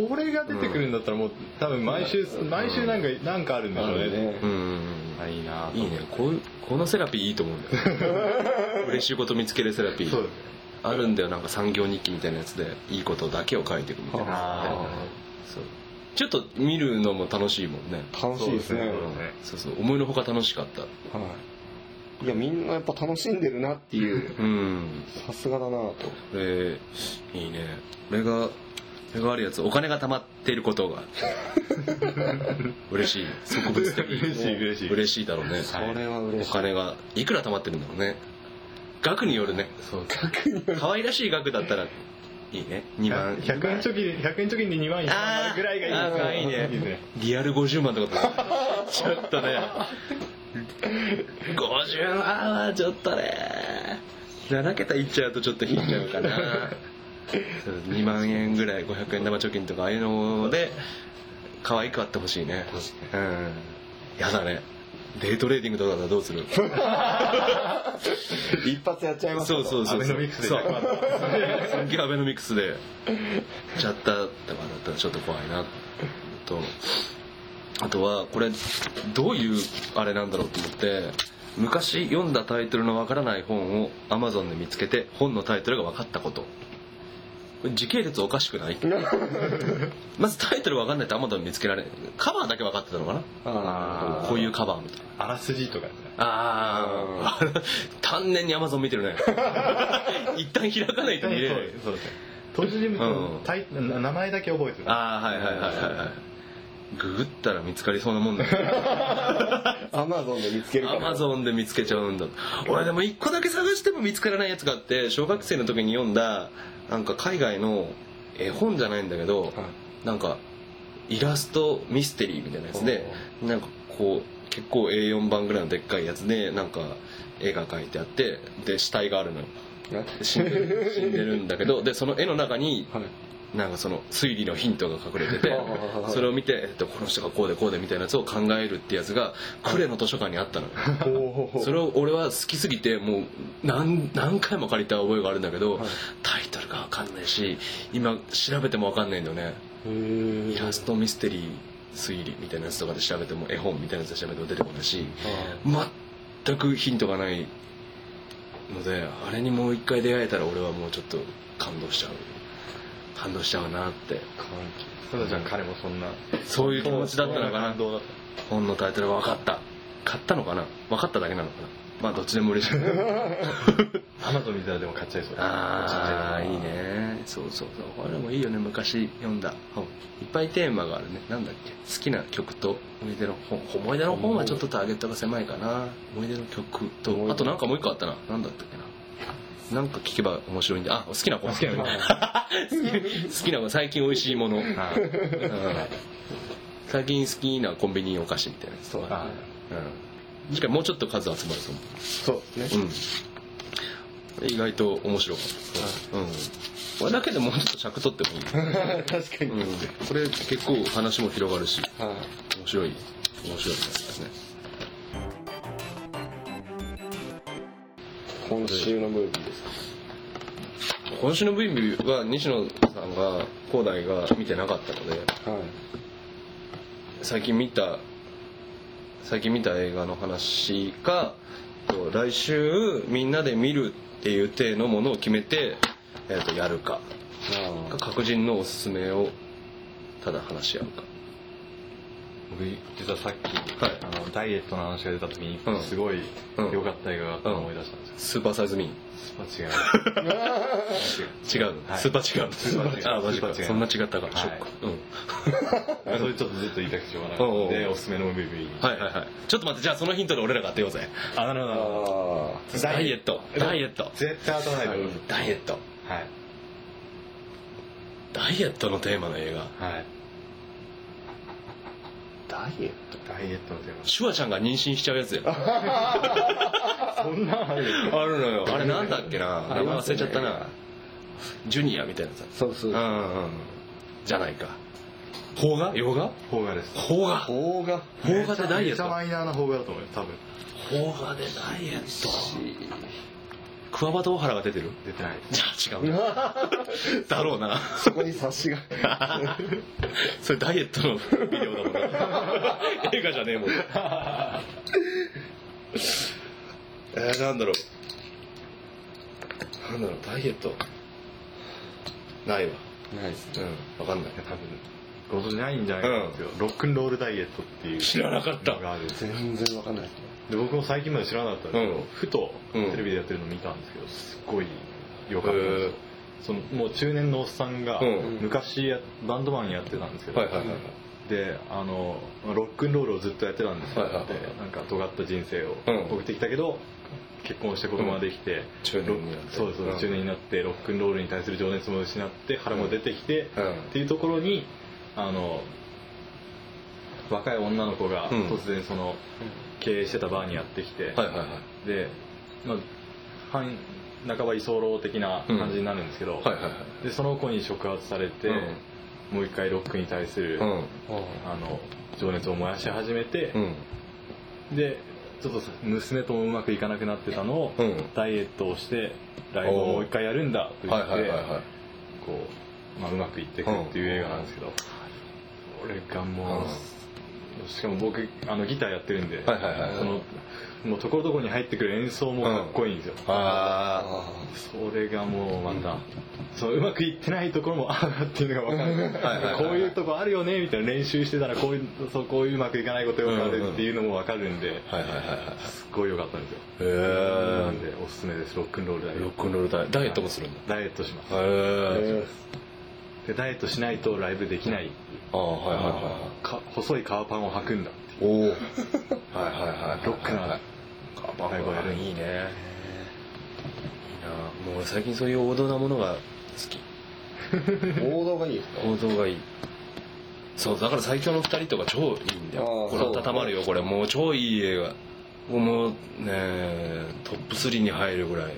Speaker 3: これが出てくるんだったらもう多分毎週毎週なんかなんかあるんでしょうね
Speaker 1: ね
Speaker 2: うんうん
Speaker 3: あいいな
Speaker 2: うんいいねこういうこのセラピーいいと思うんだ よ嬉しいこと見つけるセラピ
Speaker 3: そう
Speaker 2: ー
Speaker 3: です
Speaker 2: あるんだよなんか産業日記みたいなやつでいいことだけを書いていくみたいなやつね
Speaker 3: あ
Speaker 2: そうちょっと見るのも楽しいもんね
Speaker 1: 楽しいですね
Speaker 3: そう
Speaker 2: うんそ
Speaker 3: ですね
Speaker 2: うそう思いのほか楽しかった
Speaker 1: はいいやみんなやっぱ楽しんでるなっていう
Speaker 2: うん
Speaker 1: さすがだなと
Speaker 2: これいいねこれがこれがあるやつお金が貯まっていること が嬉しい植物的
Speaker 3: 嬉しい嬉しい
Speaker 2: 嬉しいだろうね
Speaker 1: それは嬉
Speaker 2: お
Speaker 1: しい
Speaker 2: 金がいくら貯まってるんだろうね額によるね
Speaker 3: そう
Speaker 2: 可愛らしい額だったらいいね2万
Speaker 3: 100円貯金100円貯金で2万1万ぐらいがいい
Speaker 2: あーあーいいねリアル50万とかだ とちょっとね50万はちょっとね7桁いっちゃうとちょっと引いちゃう かなそう2万円ぐらい500円玉貯金とかああいうので可愛くあってほしいねうんやだねデートレーディングとかだったらどうする
Speaker 1: 一発やっちゃいます
Speaker 2: そうそうそう
Speaker 3: アベノミクスで
Speaker 2: そう
Speaker 3: 100万
Speaker 2: さっきアベノミクスでちゃったとかだったらちょっと怖いなとあとはこれどういうあれなんだろうと思って昔読んだタイトルのわからない本を Amazon で見つけて本のタイトルが分かったことこれ時系列おかしく ないまずタイトル分かんないと Amazon で見つけられないカバーだけ分かってたのかな
Speaker 1: あ
Speaker 2: こういうカバーみたいな
Speaker 3: あらすじとか
Speaker 2: ああ丹念に Amazon 見て るね一旦開かないと
Speaker 3: そう
Speaker 2: 見れない
Speaker 3: そうです登場人物のタイ名前だけ覚えてる
Speaker 2: ああはいはいはいはいはいググったら見つかりそうなもん だね
Speaker 1: アマゾンで見つけるか
Speaker 2: ア
Speaker 1: ら
Speaker 2: マゾンで見つけちゃうんだ俺でも一個だけ探しても見つからないやつがあって小学生の時に読んだなんか海外の絵本じゃないんだけどなんかイラストミステリーみたいなやつでなんかこう結構 A4 版ぐらいのでっかいやつでなんか絵が描いてあってで死体があるのよ死んでる死んでるんだけどでその絵の中に
Speaker 1: はい
Speaker 2: なんかその推理のヒントが隠れて てそれを見て、えっと、この人がこうでこうでみたいなやつを考えるってやつが呉の図書館にあったのよそれを俺は好きすぎてもう何何回も借りた覚えがあるんだけど、タイトルが分かんないし今調べても分かんないんだよねイラストミステリー推理みたいなやつとかで調べても絵本みたいなやつで調べても出てこないし全くヒントがないのであれにもう一回出会えたら俺はもうちょっと感動しちゃう感動しちゃうなって
Speaker 3: ただじゃん彼もそんな
Speaker 2: そういう気持ちだったのかな
Speaker 3: どうだっ
Speaker 2: 本のタイトルが分かった買ったのかな分かっただけなのかなまあどっちでも嬉しい
Speaker 3: たアマゾン見たらでも買っちゃいそう
Speaker 2: ああいいねそうそうそうこれもいいよね昔読んだ本いっぱいテーマがあるねなんだっけ好きな曲と思い出の本思い出の本はちょっとターゲットが狭いかな思い出の曲
Speaker 1: 思い
Speaker 2: と
Speaker 1: 出
Speaker 2: あとなんかもう一個あったななんだったっけななんか聞けば面白いんであ好きな本好きな 好きな本最近美味しいもの、うん最近好きなコンビニお菓子みたいなやつとか
Speaker 3: あ
Speaker 2: 確かにもうちょっと数集まると思
Speaker 1: そう ですね、
Speaker 2: う、うん、意外と面白かった、うん、これだけでもうちょっと尺取ってもいい、
Speaker 1: 確かに、
Speaker 2: うん、これ結構話も広がるし
Speaker 1: はい
Speaker 2: 面白い面白いですね
Speaker 1: 今週のムービーですか
Speaker 2: 今週の VV は西野さんが高大が見てなかったので
Speaker 1: はい
Speaker 2: 最近見た最近見た映画の話かと来週みんなで見るっていう体のものを決めて、えー、とやるか
Speaker 1: あ
Speaker 2: 各人のおすすめをただ話し合うか
Speaker 3: 僕実はさっき、
Speaker 2: はい
Speaker 3: あのダイエットの話が出た時に
Speaker 2: うん
Speaker 3: すごい
Speaker 2: うん
Speaker 3: 良かった映画があったのを思い出したんですよ、
Speaker 2: スーパーサイズミン
Speaker 3: スーパー違う
Speaker 2: 違う、
Speaker 3: はい
Speaker 2: スーパー違う
Speaker 3: スーパー違う
Speaker 2: あマジ
Speaker 3: スーパ
Speaker 2: か
Speaker 3: ー違う
Speaker 2: そんな違ったか、
Speaker 3: はい
Speaker 2: ショックうん
Speaker 3: それちょっとずっと言いたくてしょうがなかったん
Speaker 2: うんうん
Speaker 3: で
Speaker 2: うん
Speaker 3: おすすめのムービー
Speaker 2: はいはいはいちょっと待ってじゃあそのヒントで俺らが当てようぜ
Speaker 3: あなるほどなるほど
Speaker 1: あ
Speaker 2: ダイエットダイエット
Speaker 3: 絶対当たらないと思う
Speaker 2: ダイエット
Speaker 3: はい
Speaker 2: ダイエットのテーマの映画
Speaker 3: はい
Speaker 1: ダイエッ
Speaker 3: ダイエットのテー
Speaker 2: シュワちゃんが妊娠しちゃうやつだよ
Speaker 3: マそんなんある
Speaker 2: あるのよあれなんだっけな
Speaker 1: あ
Speaker 2: 名
Speaker 1: り
Speaker 2: 前
Speaker 1: ま
Speaker 2: 忘
Speaker 1: すね
Speaker 2: れちゃったなジュニアみたいなさ
Speaker 1: トそうそう
Speaker 2: うんうんうんじゃないか邦画洋画
Speaker 3: 邦画です
Speaker 2: 邦画
Speaker 1: 邦画
Speaker 2: 邦画でダイエ
Speaker 3: め
Speaker 2: ッ
Speaker 3: ちゃ
Speaker 2: ト
Speaker 3: マイナーな邦画だと思うよ多分
Speaker 2: 邦画でダイエットクワバト大原が出てる
Speaker 3: 出てない
Speaker 2: じゃあ違うなだろうな
Speaker 1: そこに冊子が
Speaker 2: それダイエットのビデオだもんな映画じゃねえもんえー、なんだろうなんだろうダイエットないわ
Speaker 1: ないです
Speaker 2: うん分かんない
Speaker 3: いや多分ご存じないんじゃないかなと思うんですけど、ロックンロールダイエットっていう
Speaker 2: 知らなかった
Speaker 3: のがあるんですよ
Speaker 1: 全然わかんない
Speaker 3: で僕も最近まで知らなかったんですけど、
Speaker 2: うん
Speaker 3: ふと
Speaker 2: うん
Speaker 3: テレビでやってるの見たんですけどすっごい良かったんですよ
Speaker 2: へー
Speaker 3: そのもう中年のおっさんが
Speaker 2: うん
Speaker 3: 昔やバンドマンやってたんですけど、
Speaker 2: はいはいはいはい
Speaker 3: であのロックンロールをずっとやってたんですよ、
Speaker 2: はいはいはい
Speaker 3: でなんか尖った人生を
Speaker 2: うん
Speaker 3: 送ってきたけど、結婚して子供ができて、
Speaker 2: 中年になって
Speaker 3: そうですそうです中年になってロックンロールに対する情熱も失って腹も出てきて、
Speaker 2: うん
Speaker 3: っていうところにあの若い女の子が
Speaker 2: うん
Speaker 3: 突然その、経営してたバーにやってきて、
Speaker 2: はいはいはい
Speaker 3: で、まあ、半半ば居候的な感じになるんですけど、
Speaker 2: はいはいはい
Speaker 3: でその子に触発されて、もう一回ロックに対する、
Speaker 2: うん
Speaker 3: あの情熱を燃やし始めて
Speaker 2: う、ん
Speaker 3: でちょっと娘ともうまくいかなくなってたのを、
Speaker 2: うん
Speaker 3: ダイエットをしてライブをもう一回やるんだと言
Speaker 2: はい
Speaker 3: って、
Speaker 2: はいはいは
Speaker 3: こう、まあ、うまくいっていくっていう映画なんですけど、俺がもう、しかも僕あのギターやってるんで、
Speaker 2: いはいはいはい
Speaker 3: そのもうところどころに入ってくる演奏もかっこいいんですよ、
Speaker 2: あ
Speaker 3: それがもうまた、そううまくいってないところもああっていうのが分かる
Speaker 2: はいはいはい
Speaker 3: こういうとこあるよねみたいな練習してたらこういうそうこういううまくいかないことよくあるっていうのも分かるんで、
Speaker 2: あはいはいはいはい
Speaker 3: すっごい良かったんです
Speaker 2: へ
Speaker 3: よ、なんでおすすめですロックンロールダイエ
Speaker 2: えロ
Speaker 3: ッ
Speaker 2: ッ
Speaker 3: ト
Speaker 2: クンロールダイエットダイエットもするんだ
Speaker 3: ダイエットします、
Speaker 2: へえ
Speaker 3: でダイエットしないとライブできない
Speaker 2: ああはいはいはいはい
Speaker 3: か細い革パンを履くんだって
Speaker 2: おおはいはいはいはい
Speaker 3: ロックな
Speaker 2: バンバンバンいいねいいなもう俺最近そういう王道なものが好き
Speaker 1: 王道がいいですか
Speaker 2: 王道がいいそうだから最強の2人とか超いいんだよ
Speaker 1: あー
Speaker 2: これ温まるよこれもう超いい映画もうねトップ3に入るぐらい
Speaker 1: い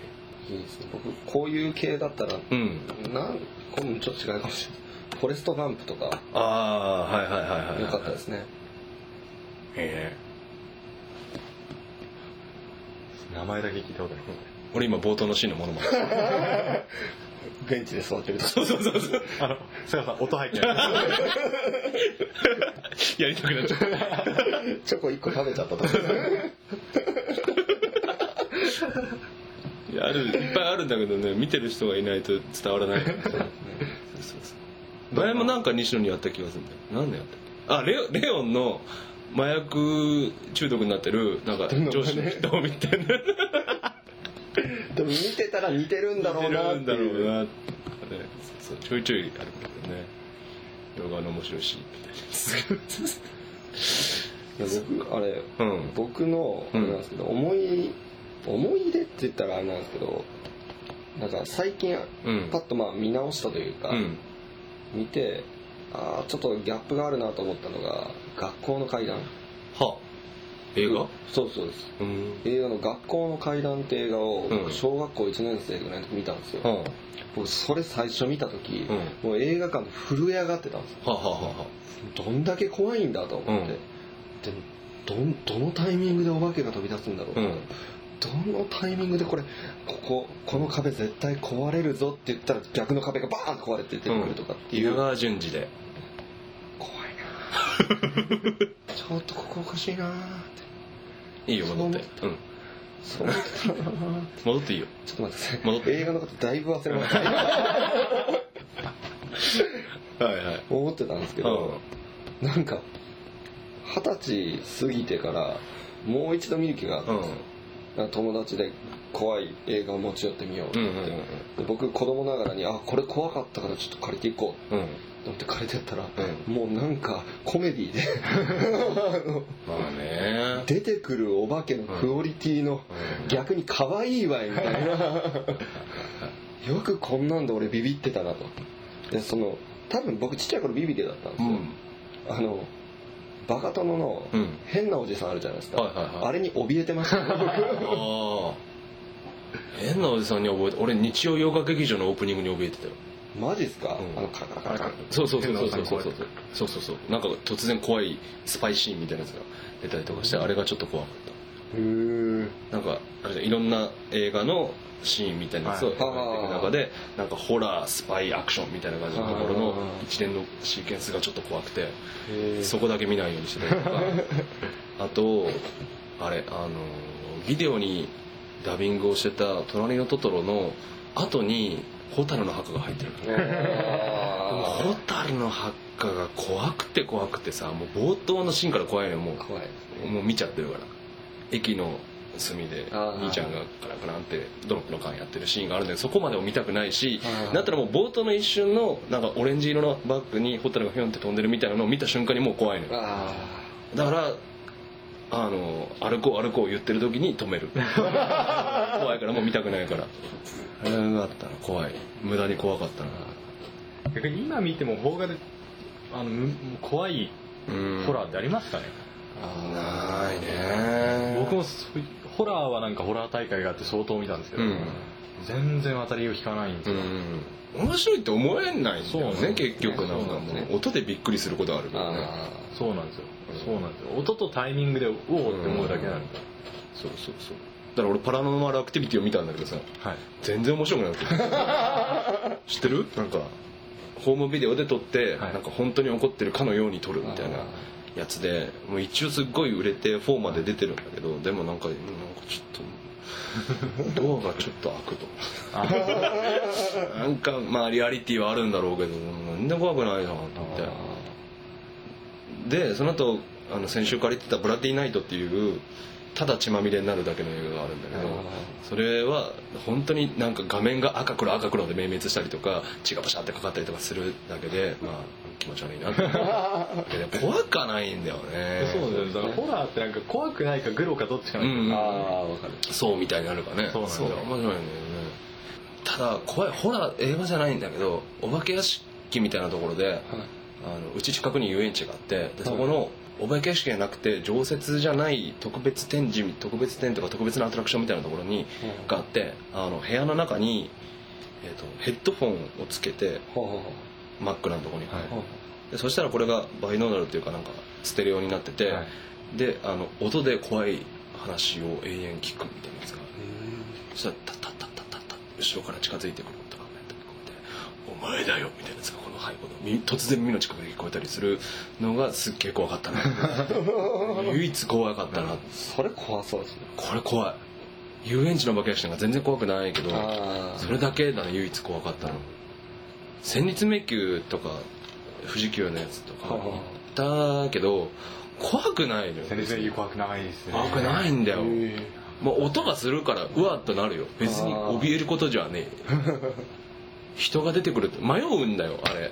Speaker 1: いですね僕こういう系だったら
Speaker 2: うん
Speaker 1: なんこれもちょっと違うかもしれないフォレストガンプとか
Speaker 2: ああはいはいはいはいはい
Speaker 1: 良かったです ね
Speaker 2: え
Speaker 3: 名前だけ聞いたことある
Speaker 2: え俺今冒頭のシーンのものまね
Speaker 1: ベンチで座ってる と
Speaker 2: そうそうそうそう
Speaker 3: あの瀬川さん音入ってない
Speaker 2: やりたくなっちゃった
Speaker 1: チョコ1個食べちゃった とか
Speaker 2: いやあるいっぱいあるんだけどね見てる人がいないと伝わらない前もなんか西野にやった気がするんだよ何でやったっけあレオレオンの麻薬中毒になってるなんか上司の人を見てる
Speaker 1: でも見てたら似てるんだろうなって
Speaker 2: だろう
Speaker 1: いう
Speaker 2: なってねそうちょいちょいあるけどね動画の面白いしみ
Speaker 1: いや僕あれ
Speaker 2: たいなうん
Speaker 1: 僕のあれなんですけど思い思い出って言ったらあれなんですけどなんか最近
Speaker 2: うん
Speaker 1: パッとまあ見直したというか、
Speaker 2: うん
Speaker 1: 見てあーちょっとギャップがあるなと思ったのが学校の階段
Speaker 2: は映画
Speaker 1: そうそうです
Speaker 3: うん
Speaker 1: 映画の「学校の階段」って映画を
Speaker 2: う
Speaker 1: 僕
Speaker 2: ん
Speaker 1: 小学校1年生ぐらいの時見たんですよ、
Speaker 3: うん
Speaker 1: 僕それ最初見た時
Speaker 2: うん、
Speaker 1: もう映画館で震え上がってたんですよ
Speaker 2: はあ、はあはあは
Speaker 1: どんだけ怖いんだと思って、
Speaker 2: うん
Speaker 1: でどんどのタイミングでお化けが飛び出すんだろう、
Speaker 2: あ、うん
Speaker 1: どのタイミングでこれこここの壁絶対壊れるぞって言ったら逆の壁がバーンって壊れて出てくるとかっていう、
Speaker 2: 稲川淳二で
Speaker 1: 怖い なちょっとここおかしいなって
Speaker 2: いいよ戻ってうん
Speaker 1: そう思ってたな
Speaker 2: 戻っていいよ
Speaker 1: ちょっと待ってくだ
Speaker 2: 戻っ
Speaker 1: さ
Speaker 2: て
Speaker 1: い映画のことだいぶ忘れました
Speaker 2: はいはい
Speaker 1: 思ってたんですけ
Speaker 2: う
Speaker 1: ど、なんか二十歳過ぎてからもう一度見る気があったん
Speaker 2: ん
Speaker 1: ですよ、なんか友達で怖い映画を持ち寄ってみようって
Speaker 2: うんう
Speaker 1: 言っ
Speaker 2: んうん
Speaker 1: て、で僕子供ながらにあこれ怖かったからちょっと借りていこう
Speaker 2: うん
Speaker 1: と思って借りてったら、
Speaker 2: う
Speaker 1: もうなんかコメディであ の
Speaker 2: まあね
Speaker 1: 出てくるお化けのクオリティの逆に可愛いわいみたいなよくこんなんで俺ビビってたなとでその多分僕ちっちゃい頃ビビリだったんです
Speaker 2: う
Speaker 1: よ、
Speaker 2: ん
Speaker 1: あのバカ殿の
Speaker 2: うん
Speaker 1: 変なおじさんあるじゃないですか、
Speaker 2: はいはいはい
Speaker 1: あれに怯えてましたね 僕
Speaker 2: ああ変なおじさんに覚えて俺日曜洋画劇場のオープニングに怯えてたよ
Speaker 1: マジっすか、
Speaker 2: うん
Speaker 1: あのカラカラカラカラ
Speaker 2: そうそうそうそうそうそう
Speaker 3: 変なおじさん怖い
Speaker 2: そうそうそうそうなんか突然怖いスパイシーンみたいなやつが出たりとかしてあれがちょっと怖かっ
Speaker 1: へー
Speaker 2: たなんかあれじゃんいろんな映画のシーンみたいなやつを
Speaker 3: は
Speaker 2: 描い
Speaker 3: い
Speaker 2: ていく中でなんかホラースパイアクションみたいな感じのところの
Speaker 1: はい
Speaker 2: 一連のシーケンスがちょっと怖くて
Speaker 1: へー
Speaker 2: そこだけ見ないようにしてた りとかあとあれあのビデオにダビングをしてた「隣のトトロ」の後に「蛍の墓」が入ってる
Speaker 1: あ
Speaker 2: ホタルの発火が怖くて怖くてさもう冒頭のシーンから怖いのよも
Speaker 1: ー怖いです
Speaker 2: うもう見ちゃってるから駅の隅で
Speaker 1: あー
Speaker 2: 兄ちゃんがカラカランってドロップの缶やってるシーンがあるんでそこまでも見たくないし
Speaker 1: はい
Speaker 2: だったらもう冒頭の一瞬のなんかオレンジ色のバッグにホタルがヒョンって飛んでるみたいなのを見た瞬間にもう怖いのよ
Speaker 1: あ
Speaker 2: だからあの歩こう歩こう言ってる時に止め る怖いからもう見たくないからあれがあったな怖い無駄に怖かったな
Speaker 3: 逆に今見ても邦画であのむもう怖い
Speaker 2: うん
Speaker 3: ホラーってありますかね、
Speaker 2: ないね
Speaker 3: 僕もそういうホラーはなんかホラー大会があって相当見たんですけど、
Speaker 2: うん
Speaker 3: 全然当たりを引かないんです
Speaker 2: う
Speaker 3: よ、
Speaker 2: ん面白いって思えないんだよ
Speaker 3: そうな
Speaker 2: ね
Speaker 3: んですね
Speaker 2: 結局なんか
Speaker 3: そうなん
Speaker 2: も
Speaker 3: ですね
Speaker 2: う音でびっくりすることある
Speaker 1: ー
Speaker 2: からね
Speaker 1: あ
Speaker 3: そうなんですよ、
Speaker 2: うん
Speaker 3: そうなんですよ音とタイミングでおおって思うだけなんです
Speaker 2: そ
Speaker 3: よ、
Speaker 2: うそうそうだから俺パラノーマルアクティビティを見たんだけどさ
Speaker 3: はい
Speaker 2: 全然面白くなく て知ってるなんかホームビデオで撮って、
Speaker 3: はい
Speaker 2: なんか本当に怒ってるかのように撮る
Speaker 1: ー
Speaker 2: みたいなやつでもう一応すっごい売れて4まで出てるんだけどでもなんかなんかちょ っとドアがちょっと開くと
Speaker 3: あ
Speaker 2: なんかまあリアリティはあるんだろうけどなんで怖くないなと思
Speaker 1: あ
Speaker 2: ってでその後あの先週借りてた「ブラディナイト」っていうただ血まみれになるだけの映画があるんだけどそれは本当になんか画面が赤黒赤黒で明滅したりとか血がバシャってかかったりとかするだけでまあ気持ち悪いなって思うけど怖くはないんだよね
Speaker 3: そうなんですよだからホラーってなんか怖くないかグロかどっちかなんですよ、
Speaker 2: うん
Speaker 1: ーあーわかる
Speaker 2: そうみたいになるかね
Speaker 3: そうなんだ
Speaker 2: 面白いんだよねただ怖いホラー映画じゃないんだけどお化け屋敷みたいなところであのうち近くに遊園地があってでそこのお化け屋敷じゃなくて常設じゃない特別展示特別展とか特別なアトラクションみたいなところにがあってあの部屋の中に、えー、とヘッドフォンをつけて
Speaker 1: ほうほうほう
Speaker 2: 真っ暗なところに、
Speaker 3: はい
Speaker 1: ほ
Speaker 2: でそしたらこれがバイノーナルっていうかなんかステレオになってて、
Speaker 3: はい
Speaker 2: であの音で怖い話を永遠聞くみたいなやつがある
Speaker 1: う
Speaker 2: そしたらタッタッタッタッタッタッ後ろから近づいてくる音が飛び込んで「お前だよ」みたいなやつがこの背後の耳突然耳の近くで聞こえたりするのがすっげえ怖かったな唯一怖かったな
Speaker 1: それ怖そうですね
Speaker 2: これ怖い遊園地の化け屋敷なんか全然怖くないけど
Speaker 1: あ
Speaker 2: それだけだね唯一怖かったの戦慄迷宮とか富士急のやつとか行ったけど怖くないのよ
Speaker 3: 全然怖くないですね
Speaker 2: 怖くないんだ
Speaker 1: あ
Speaker 2: よまあ、音がするからうわっとなるよ別に
Speaker 1: あー
Speaker 2: 怯えることじゃねえ 人が出てくるって迷うんだよあれ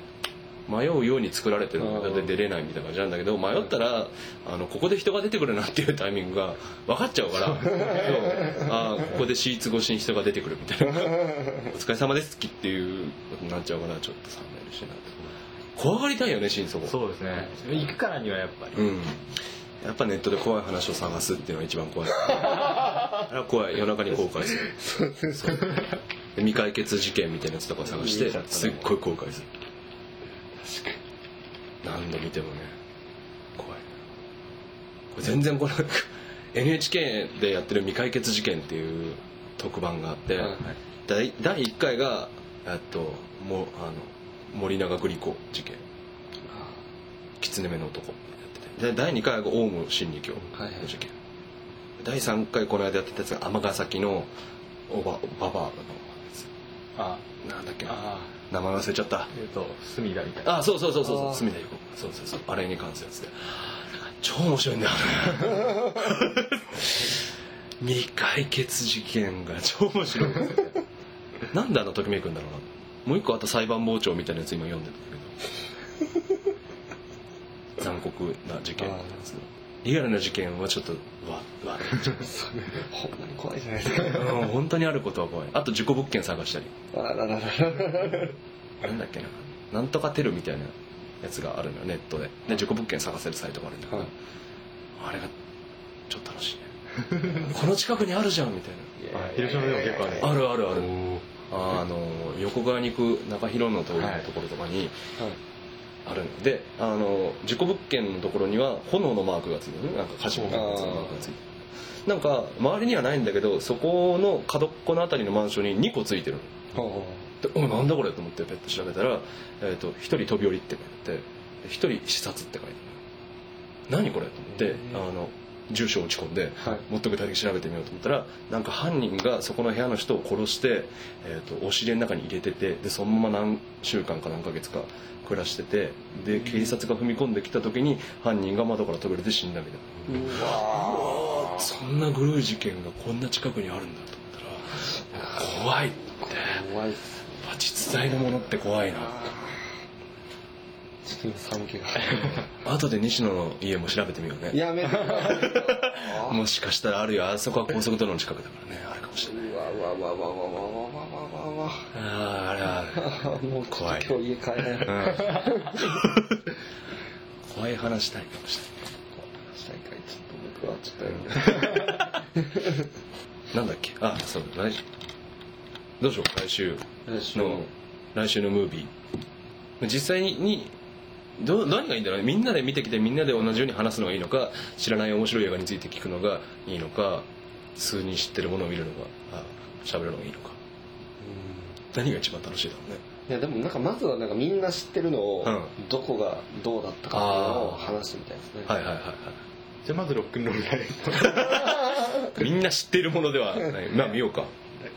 Speaker 2: 迷うように作られてるんだ
Speaker 1: あー
Speaker 2: で出れないみたいな感じなんだけど迷ったらあのここで人が出てくるなっていうタイミングが分かっちゃ うからそうあーここでシーツ越しに人が出てくるみたいなお疲れ様ですきっていうことになっちゃうからちょっと冷めるしなと怖がりたいよね心底
Speaker 3: そうですね行くからにはやっぱり、
Speaker 2: うんやっぱネットで怖い話を探すっていうのが一番 怖いあれは怖い夜中に後悔するそうで未解決事件みたいなやつとか探し
Speaker 1: 見
Speaker 2: て
Speaker 1: えちゃったね
Speaker 2: すっごい後悔する何度見てもね怖いこれ全然この NHK でやってる未解決事件っていう特番があって、
Speaker 1: はい
Speaker 2: 第第1回がえっともあの森永グリコ事件狐目の男やっててで第2回がオウム真理教
Speaker 1: はいはい
Speaker 2: の事件、第3回この間やってたやつが尼崎のおばババアのや
Speaker 3: あ
Speaker 2: つなんだっけな
Speaker 3: あ
Speaker 2: 名前忘れちゃった
Speaker 3: えっ、と隅田みたいな
Speaker 2: あそうそうそうそうそ
Speaker 1: あー
Speaker 2: う隅田ゆこそうそうそうあれに関するやつで超面白いんだよ ね未解決事件が 超面白いんですよねなんであのときめくんだろうなもう一個あと裁判傍聴みたいなやつ今読んでる けど残酷な事件みたいなやつリアルな事件はちょっとわわ
Speaker 1: ほんまに怖いじゃないですか
Speaker 2: うん本当にあることは怖いあと事故物件探したり
Speaker 1: あらららら
Speaker 2: なんだっけななんとかテルみたいなやつがあるのよネットでで事故物件探せるサイトがあるんだけど、
Speaker 1: はい
Speaker 2: あれがちょっと楽しいね この近くにあるじゃんみたい
Speaker 3: あ広島でも結構ある
Speaker 2: なあるあるある
Speaker 3: おー
Speaker 2: あの横側に行く中広の通りのところとかにあるので、あの事故物件のところには炎のマークがついてるなんか火事のマークがついてるなんか周りにはないんだけどそこの角っこの辺りのマンションに2個ついてるの
Speaker 1: ほ
Speaker 2: でおなんだこれと思ってペット調べたら「えー、と一人飛び降り」って書いてあって「一人視察」って書いてある何これと思って
Speaker 1: うん
Speaker 2: あの住所落ち込んで
Speaker 1: はい
Speaker 2: もっと具体的に調べてみようと思ったらなんか犯人がそこの部屋の人を殺して、えー、とお尻の中に入れててでそのまま何週間か何ヶ月か暮らしててで警察が踏み込んできた時に犯人が窓から飛び降りて死んだみたいな。
Speaker 1: うわ
Speaker 2: そんなグルー事件がこんな近くにあるんだと思ったら怖い
Speaker 1: ー怖いっす
Speaker 2: やっぱ実在のものって怖いな
Speaker 1: ちょっと今寒気が
Speaker 2: 後で西野の家も調べてみようね
Speaker 1: やめて
Speaker 2: もしかしたらあるよあそこは高速道路の近くだからねあるかもしれないう
Speaker 1: わうわうわうわうわうわうわうわうわ
Speaker 2: あーあれは
Speaker 1: もう
Speaker 2: 怖い
Speaker 1: 今日家帰れない
Speaker 2: 怖い話したいかもし
Speaker 1: したいかいちょっと僕はちょっとやめて
Speaker 2: れないなんだっけあそうだ来週どうしよう来週の来週のムービー実際にどう何がいいんだろうねみんなで見てきてみんなで同じように話すのがいいのか知らない面白い映画について聞くのがいいのか普通に知ってるものを見るのがあ喋るのがいいのか何が一番楽しいだろうね
Speaker 1: いやでもなんかまずはなんかみんな知ってるのを
Speaker 2: うん
Speaker 1: どこがどうだったかっていうのを話してみたいですね
Speaker 2: はいはいはいは
Speaker 3: じゃあまずロックンロール
Speaker 2: い
Speaker 3: 大
Speaker 2: みんな知ってるものでは ないまあ見ようか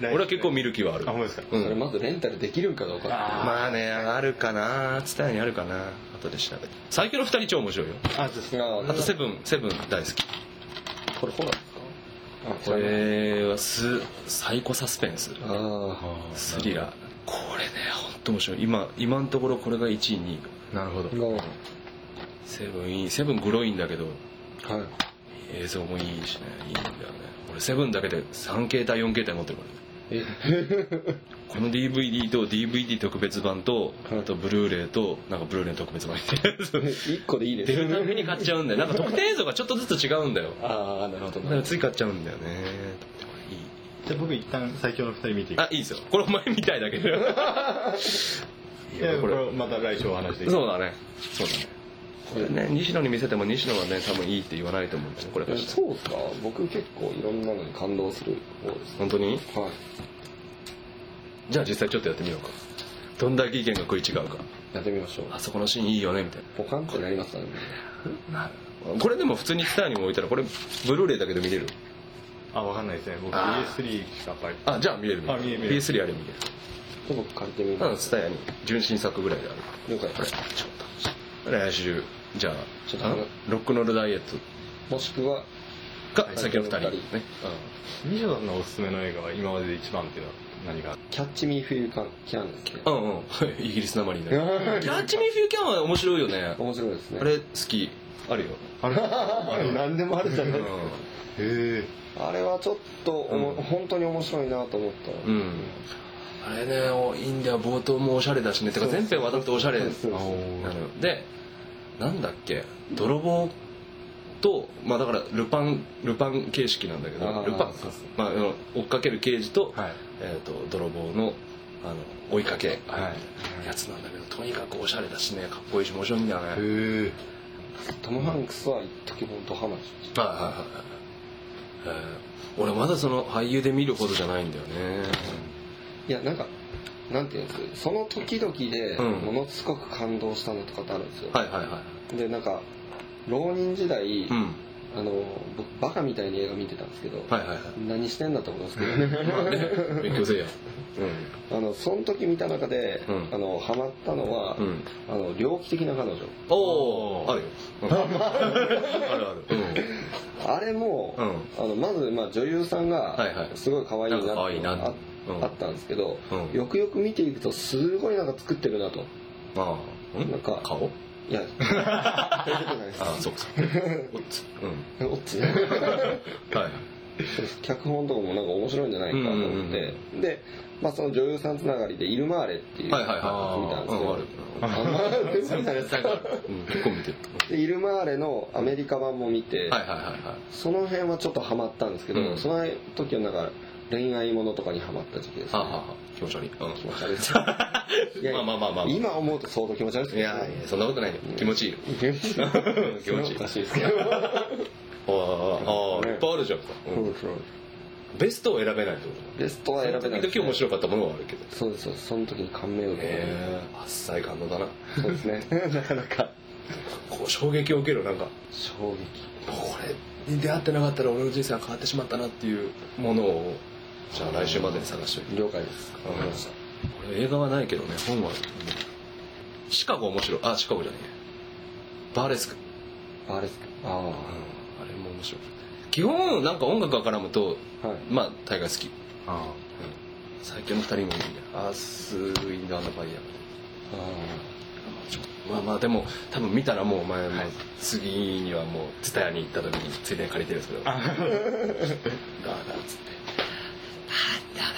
Speaker 2: 俺は結構見る気はある
Speaker 3: あほんまですか
Speaker 2: う
Speaker 1: それ
Speaker 2: ん、
Speaker 1: まずレンタルできるかどうか
Speaker 2: まあねあるかな伝えにあるかな後で調べて最強の二人超面白いよ
Speaker 3: あそうですね
Speaker 1: あ
Speaker 2: あとセブンセブン大好き
Speaker 1: これホラーです
Speaker 2: こ
Speaker 1: か
Speaker 2: れはすサイコサスペンス
Speaker 1: あ
Speaker 2: スリラーこれね本当面白い今今のところこれが1位2位
Speaker 3: なるほど
Speaker 1: あの
Speaker 2: セブンいいセブングロいんだけど
Speaker 1: はい
Speaker 2: 映像もいいしねいいんだよね俺セブンだけで3形態4形態持ってるからね
Speaker 1: え
Speaker 2: この DVD と DVD 特別版と
Speaker 1: はい
Speaker 2: あとブルーレイとなんかブルーレイの特別版みたいなやつ
Speaker 1: 1個でいい です
Speaker 2: 出るたびに買っちゃうん だよなんか特典映像がちょっとずつ違うんだよ
Speaker 1: ああなるほど
Speaker 2: だからつい買っちゃうんだよねいい
Speaker 3: じゃあ僕一旦最強の二人見てい
Speaker 2: あいいですよこれお前みたいだけど い
Speaker 3: い
Speaker 2: や
Speaker 3: や
Speaker 2: こ
Speaker 3: こ
Speaker 2: れ
Speaker 3: れまた来週お話できる
Speaker 2: そうだねそうだねこれね西野に見せても西野はね多分いいって言わないと思うんですよこれからしたら
Speaker 1: そうですか僕結構いろんなのに感動する方です
Speaker 2: 本当に
Speaker 1: はい
Speaker 2: じゃあ実際ちょっとやってみようかどんだけ意見が食い違うか
Speaker 1: やってみましょう
Speaker 2: あそこのシーンいいよねみたい
Speaker 1: ポカンってなりますからね
Speaker 2: なこれでも普通にスターにも置いたらこれブルーレイだけで見れる
Speaker 3: あわかんないですね僕
Speaker 2: あ
Speaker 3: BS3 しかパイ
Speaker 2: あじゃあ見れる
Speaker 3: あ見える見える
Speaker 2: PS3 あれ見れる
Speaker 1: ちょっと僕借りてみ
Speaker 2: まだ
Speaker 1: ま
Speaker 2: ス
Speaker 1: す
Speaker 2: タヤに純真作ぐらいである
Speaker 1: 了解
Speaker 2: これちょっと来週じゃあ
Speaker 1: ちょっとあの
Speaker 2: ロックノールダイエッ
Speaker 1: もしくは
Speaker 2: トか先の2人ね
Speaker 3: 西野さんのおすすめの映画は今までで一番っていうのは何がある
Speaker 1: キャッチミーフィーカンキャンですね
Speaker 2: うんうん イギリスなまりになるキャッチミーフィーキャンは面白いよね
Speaker 1: 面白いですね
Speaker 2: あれ好きあるよ
Speaker 3: あれあれ
Speaker 1: 何でもあるじゃないですか
Speaker 3: へえ
Speaker 1: あれはちょっとおも、
Speaker 2: うん
Speaker 1: 本当に面白いなと思った
Speaker 2: うん、あれねおいいんだよ冒頭もおしゃれだしねてか全編渡っておしゃれな
Speaker 1: そうそう
Speaker 2: のでなんだっけ泥棒と、まあ、だからルパンルパン形式なんだけど
Speaker 1: あー
Speaker 2: ルパン
Speaker 1: そう
Speaker 2: か
Speaker 1: そ、
Speaker 2: まあ、あの追っかける刑事と,、
Speaker 3: はい
Speaker 2: えー、と泥棒のあの追いかけ
Speaker 3: はい
Speaker 2: やつなんだけどとにかくおしゃれだしねかっこいいし面白いんだよね。はいはい
Speaker 3: へえ
Speaker 1: トム・ハンクスは一時本当ハマりしまし
Speaker 2: はいはいえー俺まだその俳優で見るほどじゃないんだよね。
Speaker 1: たいやなんかなんていうんですかその時々で
Speaker 2: うん
Speaker 1: ものすごく感動したのとかってあるんですよ、
Speaker 2: はいはいはい。
Speaker 1: でなんか浪人時代、
Speaker 2: うん。
Speaker 1: あの僕バカみたいに映画見てたんですけど、
Speaker 2: はいはいはい。
Speaker 1: 何してんだってことですけど ね
Speaker 2: まあね、勉強せえよ。う
Speaker 1: あのその時見た中で、
Speaker 2: うん
Speaker 1: あのハマったのは、
Speaker 2: ん。うん。
Speaker 1: あの猟奇的な彼女
Speaker 2: おお、あるよ。うんあるある。
Speaker 1: あれも、
Speaker 2: うん。うん。
Speaker 1: あのまず、まあ、女優さん
Speaker 2: はい
Speaker 1: が
Speaker 2: はい
Speaker 1: すごい可愛いなって
Speaker 2: なんか可愛いな
Speaker 1: あ
Speaker 2: うん
Speaker 1: あったんですけど、
Speaker 2: うん
Speaker 1: よくよく見ていくとすごいなんか作ってるなと
Speaker 2: ああ。ん
Speaker 1: なんか
Speaker 2: 顔
Speaker 1: いやそういうことないです
Speaker 2: ああ、そうかそうか。おっつ。う
Speaker 1: おっつ
Speaker 2: ん。はい。
Speaker 1: 脚本とかもなんか面白いんじゃないかと思って、
Speaker 2: うんうん
Speaker 1: で、まあ、その女優さんつながりで「イルマーレ」っていう
Speaker 2: はいはいはい。
Speaker 1: 見たんですけど、
Speaker 2: うん、あ
Speaker 1: あ
Speaker 2: る。
Speaker 1: まあ全然見たんです
Speaker 2: 全然ある。うん、結構見てる。
Speaker 1: でイルマーレのアメリカ版も見て、
Speaker 2: はいはいはいはい。
Speaker 1: その辺はちょっとハマったんですけど、
Speaker 2: うん
Speaker 1: その時はなんか恋愛ものとかにハマった時期です、
Speaker 2: はあ、
Speaker 1: ね
Speaker 2: はあはあ、気持ち悪い。
Speaker 1: 気
Speaker 2: う
Speaker 1: 持ち悪いです いや
Speaker 2: ん。まあまあまあまあ。い
Speaker 1: 今思うと相当気持ち悪いですけど
Speaker 2: やいや、そんなことないよ。気持ちいいよ。 気持ちいい
Speaker 1: おかしいですけど
Speaker 2: ああ、ああ、いっぱいあるじゃんか。うんベストを選べないってこと
Speaker 1: ベストは選べない
Speaker 2: 時々面白かったものはあるけど。
Speaker 1: そうですそうですその時に感銘を受けて
Speaker 2: ええ、あっさい感動だな。
Speaker 1: そうですね なかなか
Speaker 2: こう衝撃を受けるなんか
Speaker 1: 衝撃
Speaker 2: これに出会ってなかったら俺の人生が変わってしまったなっていうものをじゃあ来週までに探しておいて
Speaker 1: 了解です
Speaker 2: わかりましたこれ映画はないけどね本はあるシカゴ面白いあシカゴじゃねえバーレスク、
Speaker 1: バーレスクあ
Speaker 2: うん、あれも面白い基本なんか音楽が絡むと
Speaker 1: あはい
Speaker 2: まあ大概好き
Speaker 3: あ
Speaker 2: 最強の二人もいいんだよアースウィンドアンドファイヤー
Speaker 1: あ
Speaker 2: まあまあでも多分見たらもうお前も次にはもう蔦屋に行った時についでに借りてるんですけどガーガーっつって「なんだな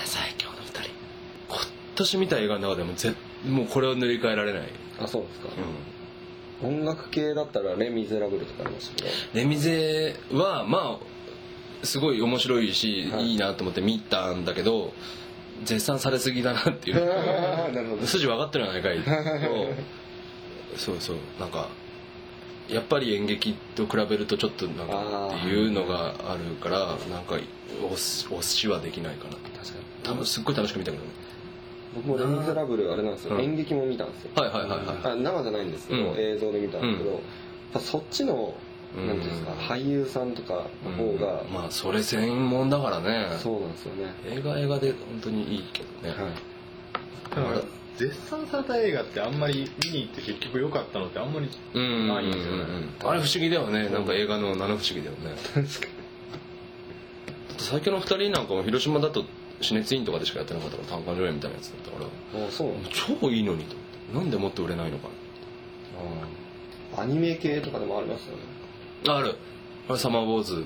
Speaker 2: 最強の二人」今年見た映画の中でもぜもうこれは塗り替えられない、
Speaker 1: ーあそうですか、音楽系だったら「レ・ミゼラブル」とかありましたけど
Speaker 2: レミゼはまあすごい面白いし、
Speaker 1: はい
Speaker 2: い、いなと思って見たんだけど絶賛されすぎだなっていう
Speaker 1: なるほど
Speaker 2: 筋分かってるんじゃないかいとそうそうなんかやっぱり演劇と比べるとちょっとなんか
Speaker 1: あー
Speaker 2: っていうのがあるからなんか押し押しはできないかな
Speaker 1: 確かに
Speaker 2: 多分すっごい楽しく見たけどね
Speaker 1: 僕も「レ・ミゼラブル」あれなんですよ、
Speaker 2: うん
Speaker 1: 演劇も見たんですよ
Speaker 2: はいはいはいはい
Speaker 1: あ生じゃないんですけど、
Speaker 2: うん
Speaker 1: 映像で見たんですけど、
Speaker 2: うん
Speaker 1: やっぱそっちの
Speaker 2: うん
Speaker 1: なんていうんですか、俳優さんとかの方が、
Speaker 2: うんまあそれ専門だからね
Speaker 1: そうなんですよね、
Speaker 2: 映画は映画で本当にいいけどね、
Speaker 1: はい、
Speaker 3: あだから絶賛された映画ってあんまり見に行って結局良かったのってあんまり
Speaker 2: うんうんうん
Speaker 3: ないんですよね
Speaker 2: うんあれ不思議だよねなんか映画の七不思議だよねだって最強の二人なんかも広島だと死熱委員とかでしかやってなかったから単館上映みたいなやつだったから
Speaker 1: あそうなんで
Speaker 2: 超いいのにと思ってなんでもっと売れないのか
Speaker 1: すアニメ系とかでもありますよね
Speaker 2: なあるあれサマーウォーズ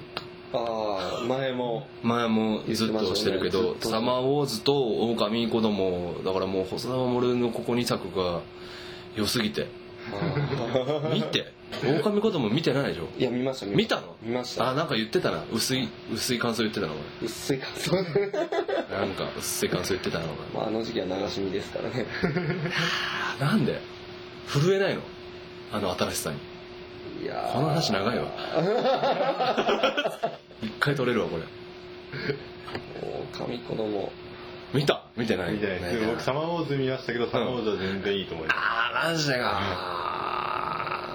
Speaker 1: ああ前も
Speaker 2: 前もずっとしてる
Speaker 1: 言
Speaker 2: け
Speaker 1: っ
Speaker 2: ど、
Speaker 1: てましたねずっと
Speaker 2: サマーウォーズと狼子供だからもう細田守のここ2作が良すぎて 見て狼子供見てないでしょ
Speaker 1: いや見ました
Speaker 2: 見たの
Speaker 1: 見ました
Speaker 2: あなんか言ってたな薄い薄い感想言ってたな
Speaker 1: 薄い感想で、
Speaker 2: 俺なんか薄い感想言ってたな俺
Speaker 1: まあ、あの時期は流し見ですから ね
Speaker 2: あなんで震えないのあの新しさに
Speaker 1: いやー
Speaker 2: この話長いわ一回取れるわこれ
Speaker 1: もう神子供
Speaker 2: 見た見てない
Speaker 3: みたいです僕サマーウォーズ見ましたけどサマーウォーズは全然いいと思います
Speaker 2: ああマジでか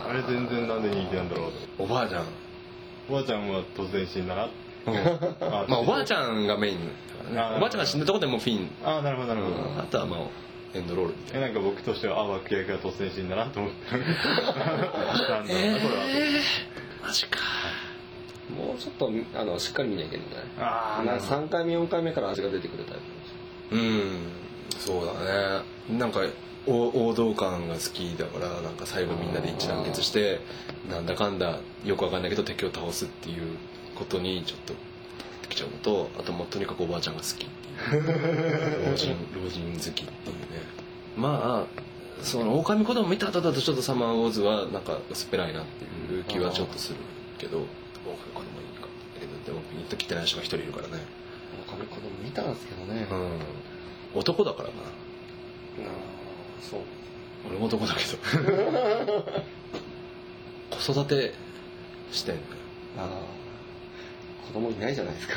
Speaker 3: あれ全然なんで人気なんだろうと
Speaker 2: おばあちゃん
Speaker 3: おばあちゃんは突然死んだなあ
Speaker 2: まあおばあちゃんがメインだから
Speaker 3: あ
Speaker 2: ね
Speaker 3: ー
Speaker 2: おばあちゃんが死んだとこでもうフィン
Speaker 3: ああなるほどなるほど
Speaker 2: あとはまあエンドロールみたい
Speaker 3: え
Speaker 2: な
Speaker 3: なんか僕としてはあ脇役が突然死んだなと思って なんだろうなこれは
Speaker 2: マジか
Speaker 1: もうちょっとあのしっかり見なきゃいけないんじゃない
Speaker 3: ああな
Speaker 1: な
Speaker 3: るほど
Speaker 1: 3回目4回目から味が出てくるタイプ
Speaker 2: うんそうだねなんかお王道感が好きだからなんか最後みんなで一致団結してなんだかんだよくわかんないけど敵を倒すっていうことにちょっとできちゃうのとあともうとにかくおばあちゃんが好きっていう老 人老人好きっていうねまあその狼子供見た後だとちょっとサマーウォーズはなんか薄っぺらいなっていう気はちょっとするけどおこれもいいかえーでもピンと来てない人が一人いるからね
Speaker 1: これ子供見たんですけどね、
Speaker 2: うん男だからかな
Speaker 1: ああそう
Speaker 2: 俺も男だけど 子育てしてん
Speaker 1: ああ子供いないじゃないです か